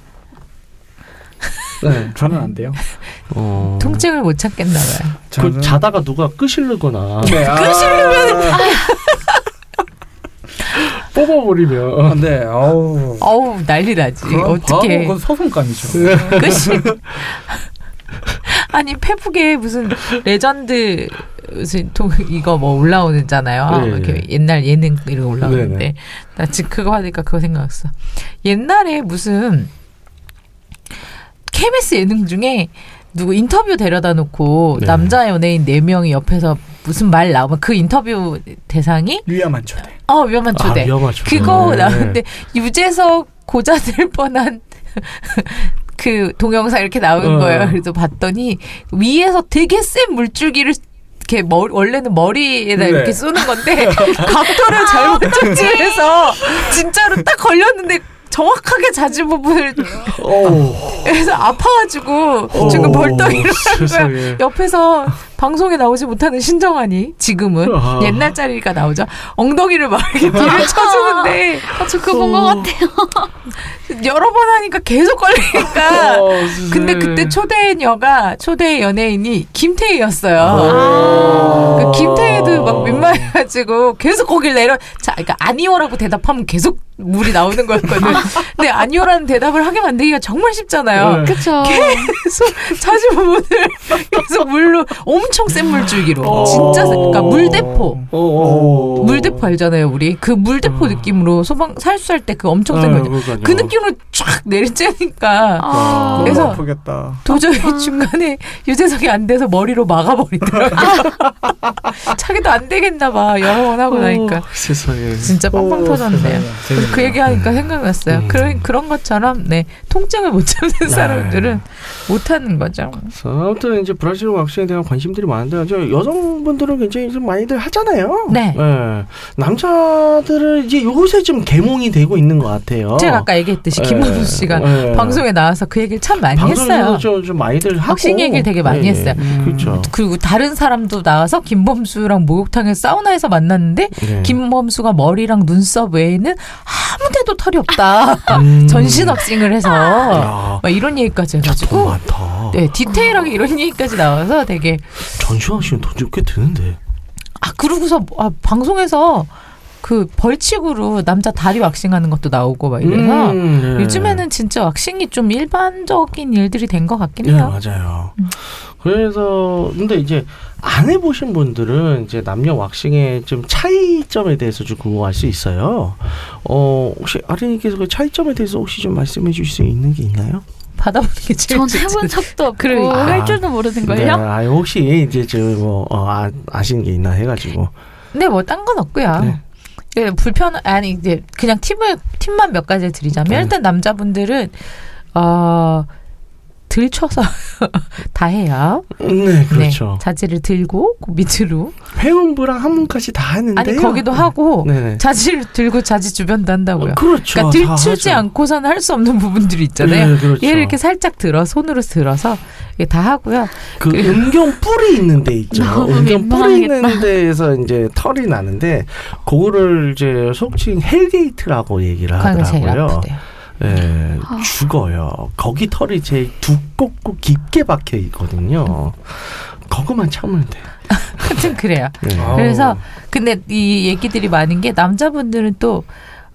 Speaker 4: 네.
Speaker 3: 저는 안 돼요. 아,
Speaker 4: 어.
Speaker 5: 통증을 못 참겠나 봐요.
Speaker 4: 그 자다가 누가 끄실르거나
Speaker 3: 네, 끄시려면.
Speaker 4: 뽑아버리면
Speaker 3: 네, 아우.
Speaker 5: 어우 난리 나지. 어떻게
Speaker 3: 그건 소송감이죠.
Speaker 5: 네. 끝이 아니 페북에 무슨 레전드 무슨 통 이거 뭐 올라오는잖아요.
Speaker 4: 예,
Speaker 5: 이렇게
Speaker 4: 예.
Speaker 5: 옛날 예능 이런 거 올라오는데
Speaker 4: 네네.
Speaker 5: 나 지금 그거 하니까 그거 생각났어. 옛날에 무슨 KBS 예능 중에 누구 인터뷰 데려다 놓고
Speaker 4: 네.
Speaker 5: 남자 연예인 네 명이 옆에서 무슨 말 나오면 그 인터뷰 대상이
Speaker 3: 위험한 초대.
Speaker 5: 어 위험한
Speaker 4: 아
Speaker 5: 초대
Speaker 4: 위험하죠.
Speaker 5: 그거
Speaker 4: 네.
Speaker 5: 나오는데 유재석 고자 될 뻔한 그 동영상 이렇게 나온
Speaker 4: 어.
Speaker 5: 거예요. 그래서 봤더니 위에서 되게 센 물줄기를 이렇게 머, 원래는 머리에다
Speaker 3: 네.
Speaker 5: 이렇게
Speaker 4: 아, 네.
Speaker 5: 쏘는 건데 각도를 잘못 정지해서 진짜로 딱 걸렸는데 정확하게 자지부분을
Speaker 4: 오,
Speaker 5: 해서 아파가지고 지금
Speaker 4: 오,
Speaker 5: 벌떡 일어난 거야.
Speaker 4: 세상에.
Speaker 5: 옆에서 방송에 나오지 못하는 신정환이 지금은
Speaker 4: 아.
Speaker 5: 옛날 자리가 나오죠. 엉덩이를 막 이렇게 뒤를 쳐주는데
Speaker 2: 아, 저 그거 본 것 같아요.
Speaker 5: 여러 번 하니까 계속 걸리니까.
Speaker 4: 어, 세상에.
Speaker 5: 근데 그때 초대녀가 초대 연예인이 김태희였어요.
Speaker 4: 아.
Speaker 5: 그 김태희도 막 민망해가지고 계속 거길 내려. 자, 그러니까 아니요라고 대답하면 계속 물이 나오는 거였거든. 근데 아니요라는 대답을 하게 만들기가 정말
Speaker 4: 네.
Speaker 5: 쉽잖아요.
Speaker 2: 어. 그쵸.
Speaker 5: 계속 자주 부분을 계속 물로 엄청 센 물줄기로
Speaker 4: 어.
Speaker 5: 진짜 센, 그러니까 물대포
Speaker 4: 어, 어.
Speaker 5: 물대포 알잖아요 우리 그
Speaker 4: 음.
Speaker 5: 물대포 느낌으로 소방 살수할 때 그 엄청 센
Speaker 4: 아,
Speaker 5: 거죠
Speaker 4: 그러니까요.
Speaker 5: 그 느낌으로 쫙 내리쬐니까
Speaker 2: 아,
Speaker 5: 그래서-
Speaker 3: 너무 아프겠다.
Speaker 5: 도저히 중간에 유재석이 안 돼서 머리로 막아버리더라고요 자기도 안 되겠나 봐 여러 번 하고 나니까
Speaker 4: 어, 세상에.
Speaker 5: 진짜 빵빵 터졌네요 그래서 그 얘기하니까 생각났어요
Speaker 4: 음. 네.
Speaker 5: 그런, 그런 것처럼 네 통증을 못 참는 사람들은 못하는 거죠
Speaker 4: 자, 아무튼 이제 브라질 왁싱에 대한 관심들이 많은데 이제 여성분들은 굉장히 좀 많이들 하잖아요.
Speaker 5: 네.
Speaker 4: 예. 남자들은 이제 요새 좀 개몽이 되고 있는 것 같아요.
Speaker 5: 제가 아까 얘기했듯이
Speaker 4: 예.
Speaker 5: 김문수 씨가
Speaker 4: 예.
Speaker 5: 방송에 나와서 그 얘기를 참 많이
Speaker 4: 방송에서
Speaker 5: 했어요.
Speaker 4: 좀, 좀 많이들 하고 예,
Speaker 5: 왁싱 얘기를 되게 많이 했어요. 음.
Speaker 4: 그렇죠.
Speaker 5: 그리고 다른 사람도 나와서 김범수랑 목욕탕에 사우나에서 만났는데
Speaker 4: 네.
Speaker 5: 김범수가 머리랑 눈썹 외에는 아무 데도 털이 없다.
Speaker 4: 음.
Speaker 5: 전신 왁싱을 해서
Speaker 4: 야.
Speaker 5: 막 이런 얘기까지
Speaker 4: 돈
Speaker 5: 해가지고
Speaker 4: 많다.
Speaker 5: 네, 디테일하게 이런 얘기까지 나와서 되게
Speaker 4: 전신 왁싱 돈좀꽤 드는데.
Speaker 5: 아 그러고서 아, 방송에서 그 벌칙으로 남자 다리 왁싱하는 것도 나오고 막뭐 이래서
Speaker 4: 음, 예.
Speaker 5: 요즘에는 진짜 왁싱이 좀 일반적인 일들이 된 것 같긴
Speaker 4: 예,
Speaker 5: 해요.
Speaker 4: 맞아요.
Speaker 5: 음.
Speaker 4: 그래서 근데 이제 안 해보신 분들은 이제 남녀 왁싱의 좀 차이점에 대해서 좀 궁금할 수 있어요. 어 혹시 아린이께서 그 차이점에 대해서 혹시 좀 말씀해 주실 수 있는 게 있나요?
Speaker 5: 받아보는 게 제일
Speaker 2: 전
Speaker 5: 좋지.
Speaker 2: 해본 적도 없고
Speaker 5: 그러니까.
Speaker 2: 할 줄도 모르는
Speaker 4: 네,
Speaker 2: 걸요.
Speaker 4: 아 혹시 이제 저뭐 어, 아, 아시는 게 있나 해가지고.
Speaker 5: 근데 뭐 딴 건 없고요.
Speaker 4: 네.
Speaker 5: 예, 불편 아니 이제 그냥 팁을 팁만 몇 가지 드리자면
Speaker 4: 네.
Speaker 5: 일단 남자분들은 어 들쳐서 다 해요.
Speaker 4: 네 그렇죠.
Speaker 5: 네, 자지를 들고 그 밑으로
Speaker 4: 회원부랑 한문까지 다 하는데.
Speaker 5: 아니 거기도 하고
Speaker 4: 네네.
Speaker 5: 자지를 들고 자지 주변도 한다고요.
Speaker 4: 그렇죠.
Speaker 5: 그러니까
Speaker 4: 다
Speaker 5: 들추지
Speaker 4: 하죠.
Speaker 5: 않고서는 할 수 없는 부분들이 있잖아요.
Speaker 4: 네, 그렇죠.
Speaker 5: 얘를 이렇게 살짝 들어 손으로 들어서 이게 다 하고요.
Speaker 4: 그 음경 뿔이 있는데 있죠.
Speaker 2: 너무
Speaker 4: 음경 뿔이
Speaker 2: 민망하겠다.
Speaker 4: 있는 데에서 이제 털이 나는데 그거를 이제 속칭 헬게이트라고 얘기를
Speaker 5: 그게 제일
Speaker 4: 하더라고요.
Speaker 5: 아프대요.
Speaker 4: 예,
Speaker 2: 아.
Speaker 4: 죽어요. 거기 털이 제일 두껍고 깊게 박혀 있거든요. 그거만 참으면 돼.
Speaker 5: 하여튼 그래요.
Speaker 4: 네.
Speaker 3: 아.
Speaker 5: 그래서 근데 이 얘기들이 많은 게 남자분들은 또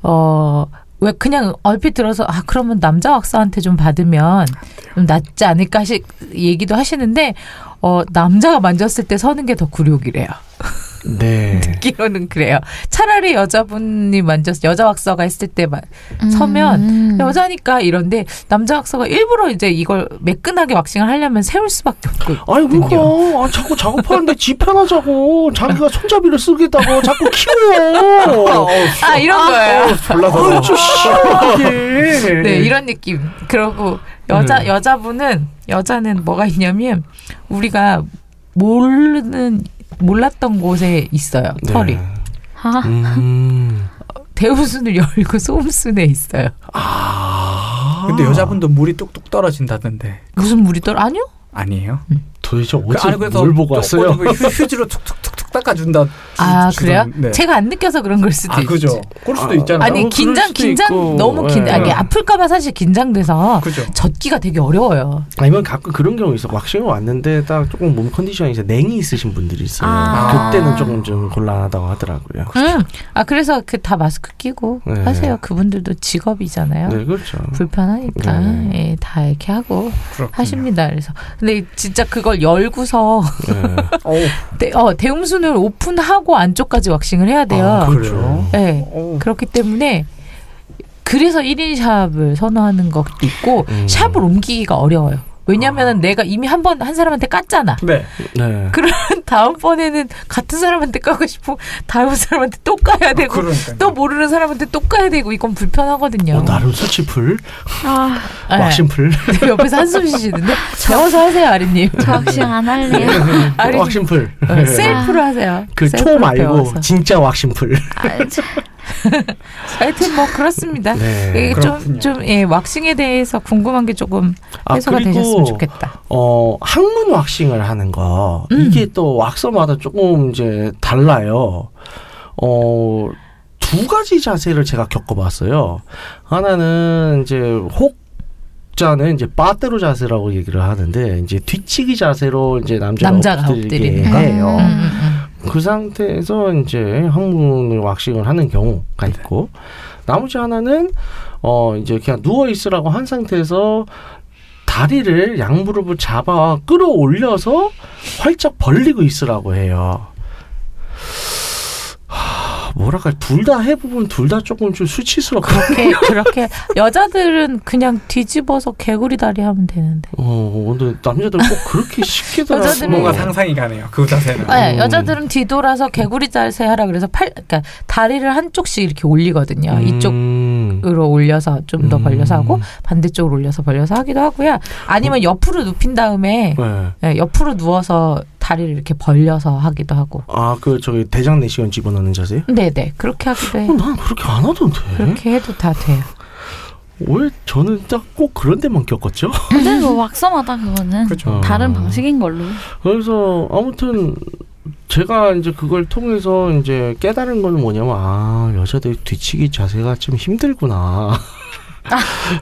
Speaker 5: 어 왜 그냥 얼핏 들어서 아 그러면 남자 왁사한테 좀 받으면 좀 낫지 않을까 시 얘기도 하시는데 어 남자가 만졌을 때 서는 게 더 굴욕이래요.
Speaker 4: 네.
Speaker 5: 기로는 그래요. 차라리 여자분이 만졌 여자 왁서가 했을 때 마-
Speaker 2: 음.
Speaker 5: 서면 여자니까 이런데 남자 왁서가 일부러 이제 이걸 매끈하게 왁싱을 하려면 세울 수밖에 없고
Speaker 4: 아니 그러니까 아, 자꾸 작업하는데 지 편하자고 자기가 손잡이를 쓰겠다고 자꾸 키워.
Speaker 3: 어,
Speaker 5: 아 이런 거예요.
Speaker 4: 아, 좀 싫어하게.
Speaker 5: 네, 이런 느낌. 그러고 여자
Speaker 3: 음.
Speaker 4: 네.
Speaker 5: 여자분은 여자는 뭐가 있냐면 우리가 모르는 몰랐던 곳에 있어요
Speaker 4: 네.
Speaker 5: 털이
Speaker 2: 아,
Speaker 4: 음.
Speaker 5: 대우순을 열고 소음순에 있어요
Speaker 4: 아.
Speaker 3: 근데 여자분도 물이 뚝뚝 떨어진다던데
Speaker 5: 무슨 물이 떨어 아니요
Speaker 3: 아니에요?
Speaker 4: 도대체
Speaker 3: 그
Speaker 4: 어디서
Speaker 3: 안에 그래서
Speaker 4: 뭘 보고
Speaker 3: 또
Speaker 4: 왔어요?
Speaker 3: 어디 뭐 휴- 휴지로 툭툭툭툭 닦아준다. 주-
Speaker 5: 아
Speaker 3: 주던-
Speaker 5: 그래요
Speaker 3: 네.
Speaker 5: 제가 안 느껴서 그런 걸 수도
Speaker 3: 아
Speaker 5: 있지
Speaker 3: 그죠. 그럴 수도
Speaker 4: 아,
Speaker 3: 있잖아요.
Speaker 5: 아니
Speaker 4: 뭐 그럴
Speaker 5: 긴장
Speaker 4: 수도
Speaker 5: 긴장
Speaker 4: 있고.
Speaker 5: 너무
Speaker 4: 예.
Speaker 5: 긴장 이게 아플까봐 사실 긴장돼서
Speaker 3: 그죠.
Speaker 5: 젖기가 되게 어려워요
Speaker 4: 아니면 가끔 그런 경우 있어. 왁싱을 왔는데 딱 조금 몸 컨디션이 이제 냉이 있으신 분들이 있어요.
Speaker 2: 아.
Speaker 4: 그때는 조금 좀 곤란하다고 하더라고요.
Speaker 5: 음. 아 그래서 그 다 마스크 끼고
Speaker 4: 그렇죠. 네.
Speaker 5: 하세요 그분들도 직업이잖아요
Speaker 4: 네, 그렇죠.
Speaker 5: 불편하니까
Speaker 4: 네.
Speaker 5: 예, 다 이렇게 하고
Speaker 3: 그렇군요.
Speaker 5: 하십니다. 그래서 근데 진짜 그걸 열고서
Speaker 4: 네.
Speaker 3: 어우, 아,
Speaker 5: 대, 어, 대음순을 오픈하고 안쪽까지 왁싱을 해야 돼요.
Speaker 4: 아,
Speaker 3: 그-
Speaker 4: 그렇죠.
Speaker 5: 예.
Speaker 3: 어우.
Speaker 5: 그렇기 때문에 그래서 1인 샵을 선호하는 것도 있고
Speaker 4: 음. 아.
Speaker 5: 샵을 옮기기가 어려워요. 왜냐면은 내가 이미 한 번 한 사람한테 깠잖아.
Speaker 3: 네.
Speaker 4: 네.
Speaker 5: 그러면 다음번에는 같은 사람한테 까고 싶고 다음 사람한테 또 까야
Speaker 4: 아,
Speaker 5: 되고
Speaker 3: 그러니까요.
Speaker 5: 네, 또뭐 모르는 사람한테 또 까야 되고 이건 불편하거든요.
Speaker 4: 어, 나름 수치풀,
Speaker 2: 아,
Speaker 5: 예.
Speaker 4: 왁싱풀,
Speaker 5: 옆에서 한숨 쉬시는데 배워서 하세요 아리님.
Speaker 2: 저 왁싱 안 할래요.
Speaker 5: 예. 아리님
Speaker 4: 왁싱풀. 네.
Speaker 5: 어, 셀프로 하세요.
Speaker 4: 그 초
Speaker 5: 셀프로
Speaker 4: 말고
Speaker 5: 배워서.
Speaker 4: 진짜 왁싱풀.
Speaker 2: 아, 저-
Speaker 5: 하여튼 뭐 그렇습니다.
Speaker 4: 네.
Speaker 5: 이게
Speaker 3: 그렇군요.
Speaker 5: 좀, 좀, 예, 왁싱에 대해서 궁금한 게 조금
Speaker 4: 아
Speaker 5: 해소가 되셨으면
Speaker 4: 그리고
Speaker 5: 좋겠다.
Speaker 4: 어 항문 왁싱을 하는 거
Speaker 5: 음.
Speaker 4: 이게 또 왁서마다 조금 이제 달라요. 어 두 가지 자세를 제가 겪어봤어요. 하나는 이제 혹 자는 이제 빠떼로 자세라고 얘기를 하는데 이제 뒤치기 자세로 이제 남자
Speaker 5: 남자가
Speaker 4: 엎드리게
Speaker 5: 엎드리는
Speaker 2: 거.
Speaker 4: 해요.
Speaker 5: 음, 음,
Speaker 4: 그 상태에서 이제 항문을 왁싱을 하는 경우가 있고 나머지 하나는 어 이제 그냥 누워 있으라고 한 상태에서 다리를 양무릎을 잡아 끌어올려서 활짝 벌리고 있으라고 해요. 하, 뭐랄까 둘 다 해보면 둘 다 조금 좀 수치스럽고
Speaker 5: 그렇게, 그렇게. 여자들은 그냥 뒤집어서 개구리 다리 하면 되는데.
Speaker 4: 어 근데 남자들 꼭 그렇게 쉽게더라고
Speaker 5: 여자들은-
Speaker 3: 어, 뭔가 상상이 가네요. 그 자세는.
Speaker 5: 아, 예,
Speaker 4: 음.
Speaker 5: 여자들은 뒤돌아서 개구리 자세 하라 그래서 팔, 그러니까 다리를 한쪽씩 이렇게 올리거든요.
Speaker 4: 음.
Speaker 5: 이쪽으로 올려서 좀 더
Speaker 4: 음.
Speaker 5: 벌려서 하고 반대쪽으로 올려서 벌려서 하기도 하고요.
Speaker 3: 어.
Speaker 5: 아니면 옆으로 눕힌 다음에
Speaker 4: 네.
Speaker 5: 예, 옆으로 누워서 다리를 이렇게 벌려서 하기도 하고.
Speaker 4: 아그 저기 대장 내시경 집어넣는 자세요?
Speaker 5: 네네 그렇게 하기도 해요.
Speaker 4: 어, 난 그렇게 안 하던데.
Speaker 5: 그렇게 해도 다 돼요.
Speaker 4: 왜 저는 딱 꼭 그런 데만 겪었죠? 어.
Speaker 2: 근데 뭐 왁서마다 그거는
Speaker 4: 아,
Speaker 3: 그렇죠.
Speaker 2: 다른 방식인 걸로.
Speaker 4: 그래서 아무튼 제가 이제 그걸 통해서 이제 깨달은 건 뭐냐면 아 여자들 뒤치기 자세가 좀 힘들구나.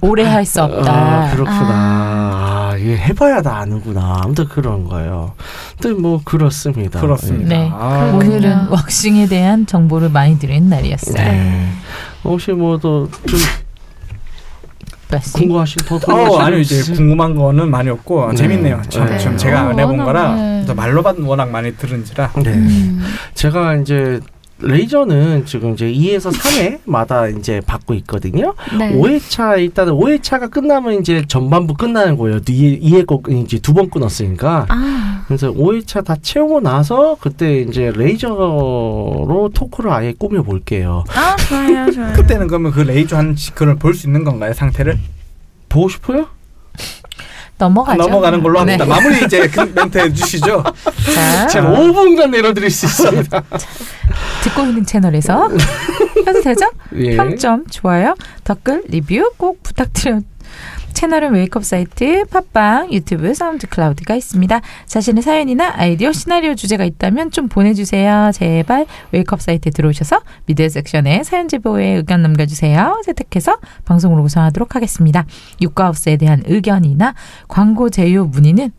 Speaker 5: 오래 할 수 없다.
Speaker 4: 아, 그렇구나. 아, 이게 해봐야 다 아는구나. 아무튼 그런 거예요. 근데 뭐 그렇습니다.
Speaker 3: 그렇습니다.
Speaker 5: 네.
Speaker 3: 아,
Speaker 2: 그럼
Speaker 5: 오늘은
Speaker 2: 그냥-
Speaker 5: 왁싱에 대한 정보를 많이 드린 날이었어요.
Speaker 2: 네.
Speaker 4: 예. 혹시 뭐더좀
Speaker 5: 왁싱.
Speaker 4: 궁금하신 더
Speaker 3: 어,
Speaker 4: 궁금하신
Speaker 3: 아니 이제
Speaker 4: 있으세요?
Speaker 3: 궁금한 거는 많이 없고
Speaker 4: 네.
Speaker 3: 재밌네요. 참,
Speaker 4: 네.
Speaker 3: 참 제가
Speaker 2: 어,
Speaker 3: 안 해본
Speaker 2: 워낙,
Speaker 3: 거라
Speaker 2: 네.
Speaker 3: 또 말로만 워낙 많이 들은지라
Speaker 4: 네.
Speaker 2: 음.
Speaker 4: 제가 이제 레이저는 지금 이제 2에서 3회마다 이제 받고 있거든요.
Speaker 2: 네.
Speaker 4: 5회차 일단은 5회차가 끝나면 이제 전반부 끝나는 거예요. 뒤에 2회 거 이제 두 번 끊었으니까.
Speaker 2: 아,
Speaker 4: 그래서 5회차 다 채우고 나서 그때 이제 레이저로 토크를 아예 꾸며 볼게요.
Speaker 2: 아 좋아요 좋아요.
Speaker 3: 그때는 그러면 그 레이저 한 시- 그걸 볼 수 있는 건가요 상태를
Speaker 4: 보고 싶어요?
Speaker 5: 넘어가죠.
Speaker 3: 넘어가는 걸로 합니다.
Speaker 5: 네.
Speaker 3: 마무리 이제 그 멘트 해주시죠.
Speaker 5: 자,
Speaker 4: 제가 5분간 내려드릴 수 있습니다.
Speaker 5: 듣고 있는 채널에서 해도 되죠?
Speaker 4: 예.
Speaker 5: 평점, 좋아요, 댓글, 리뷰 꼭 부탁드려. 채널은 웨이크업 사이트, 팟빵, 유튜브, 사운드 클라우드가 있습니다. 자신의 사연이나 아이디어, 시나리오 주제가 있다면 좀 보내주세요. 제발 웨이크업 사이트에 들어오셔서 미디어 섹션에 사연 제보에 의견 남겨주세요. 채택해서 방송으로 구성하도록 하겠습니다. 육가업스에 대한 의견이나 광고 제휴 문의는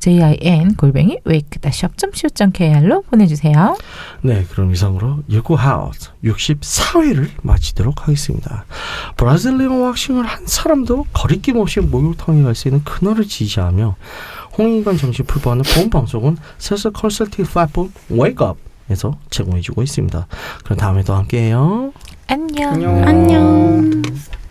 Speaker 5: jin 골뱅이 wake-up.co.kr로 보내주세요.
Speaker 4: 네, 그럼 이상으로 유쿠하우스 64회를 마치도록 하겠습니다. 브라질리언 왁싱을 한 사람도 거리낌 없이 목욕탕에 갈 수 있는 그날을 지지하며 홍인간 정신 풀파하는 본 방송은 세서 컨설팅 플랫폼 웨이크업에서 제공해주고 있습니다. 그럼 다음에 또 함께해요.
Speaker 5: 안녕.
Speaker 3: 안녕.
Speaker 2: 안녕.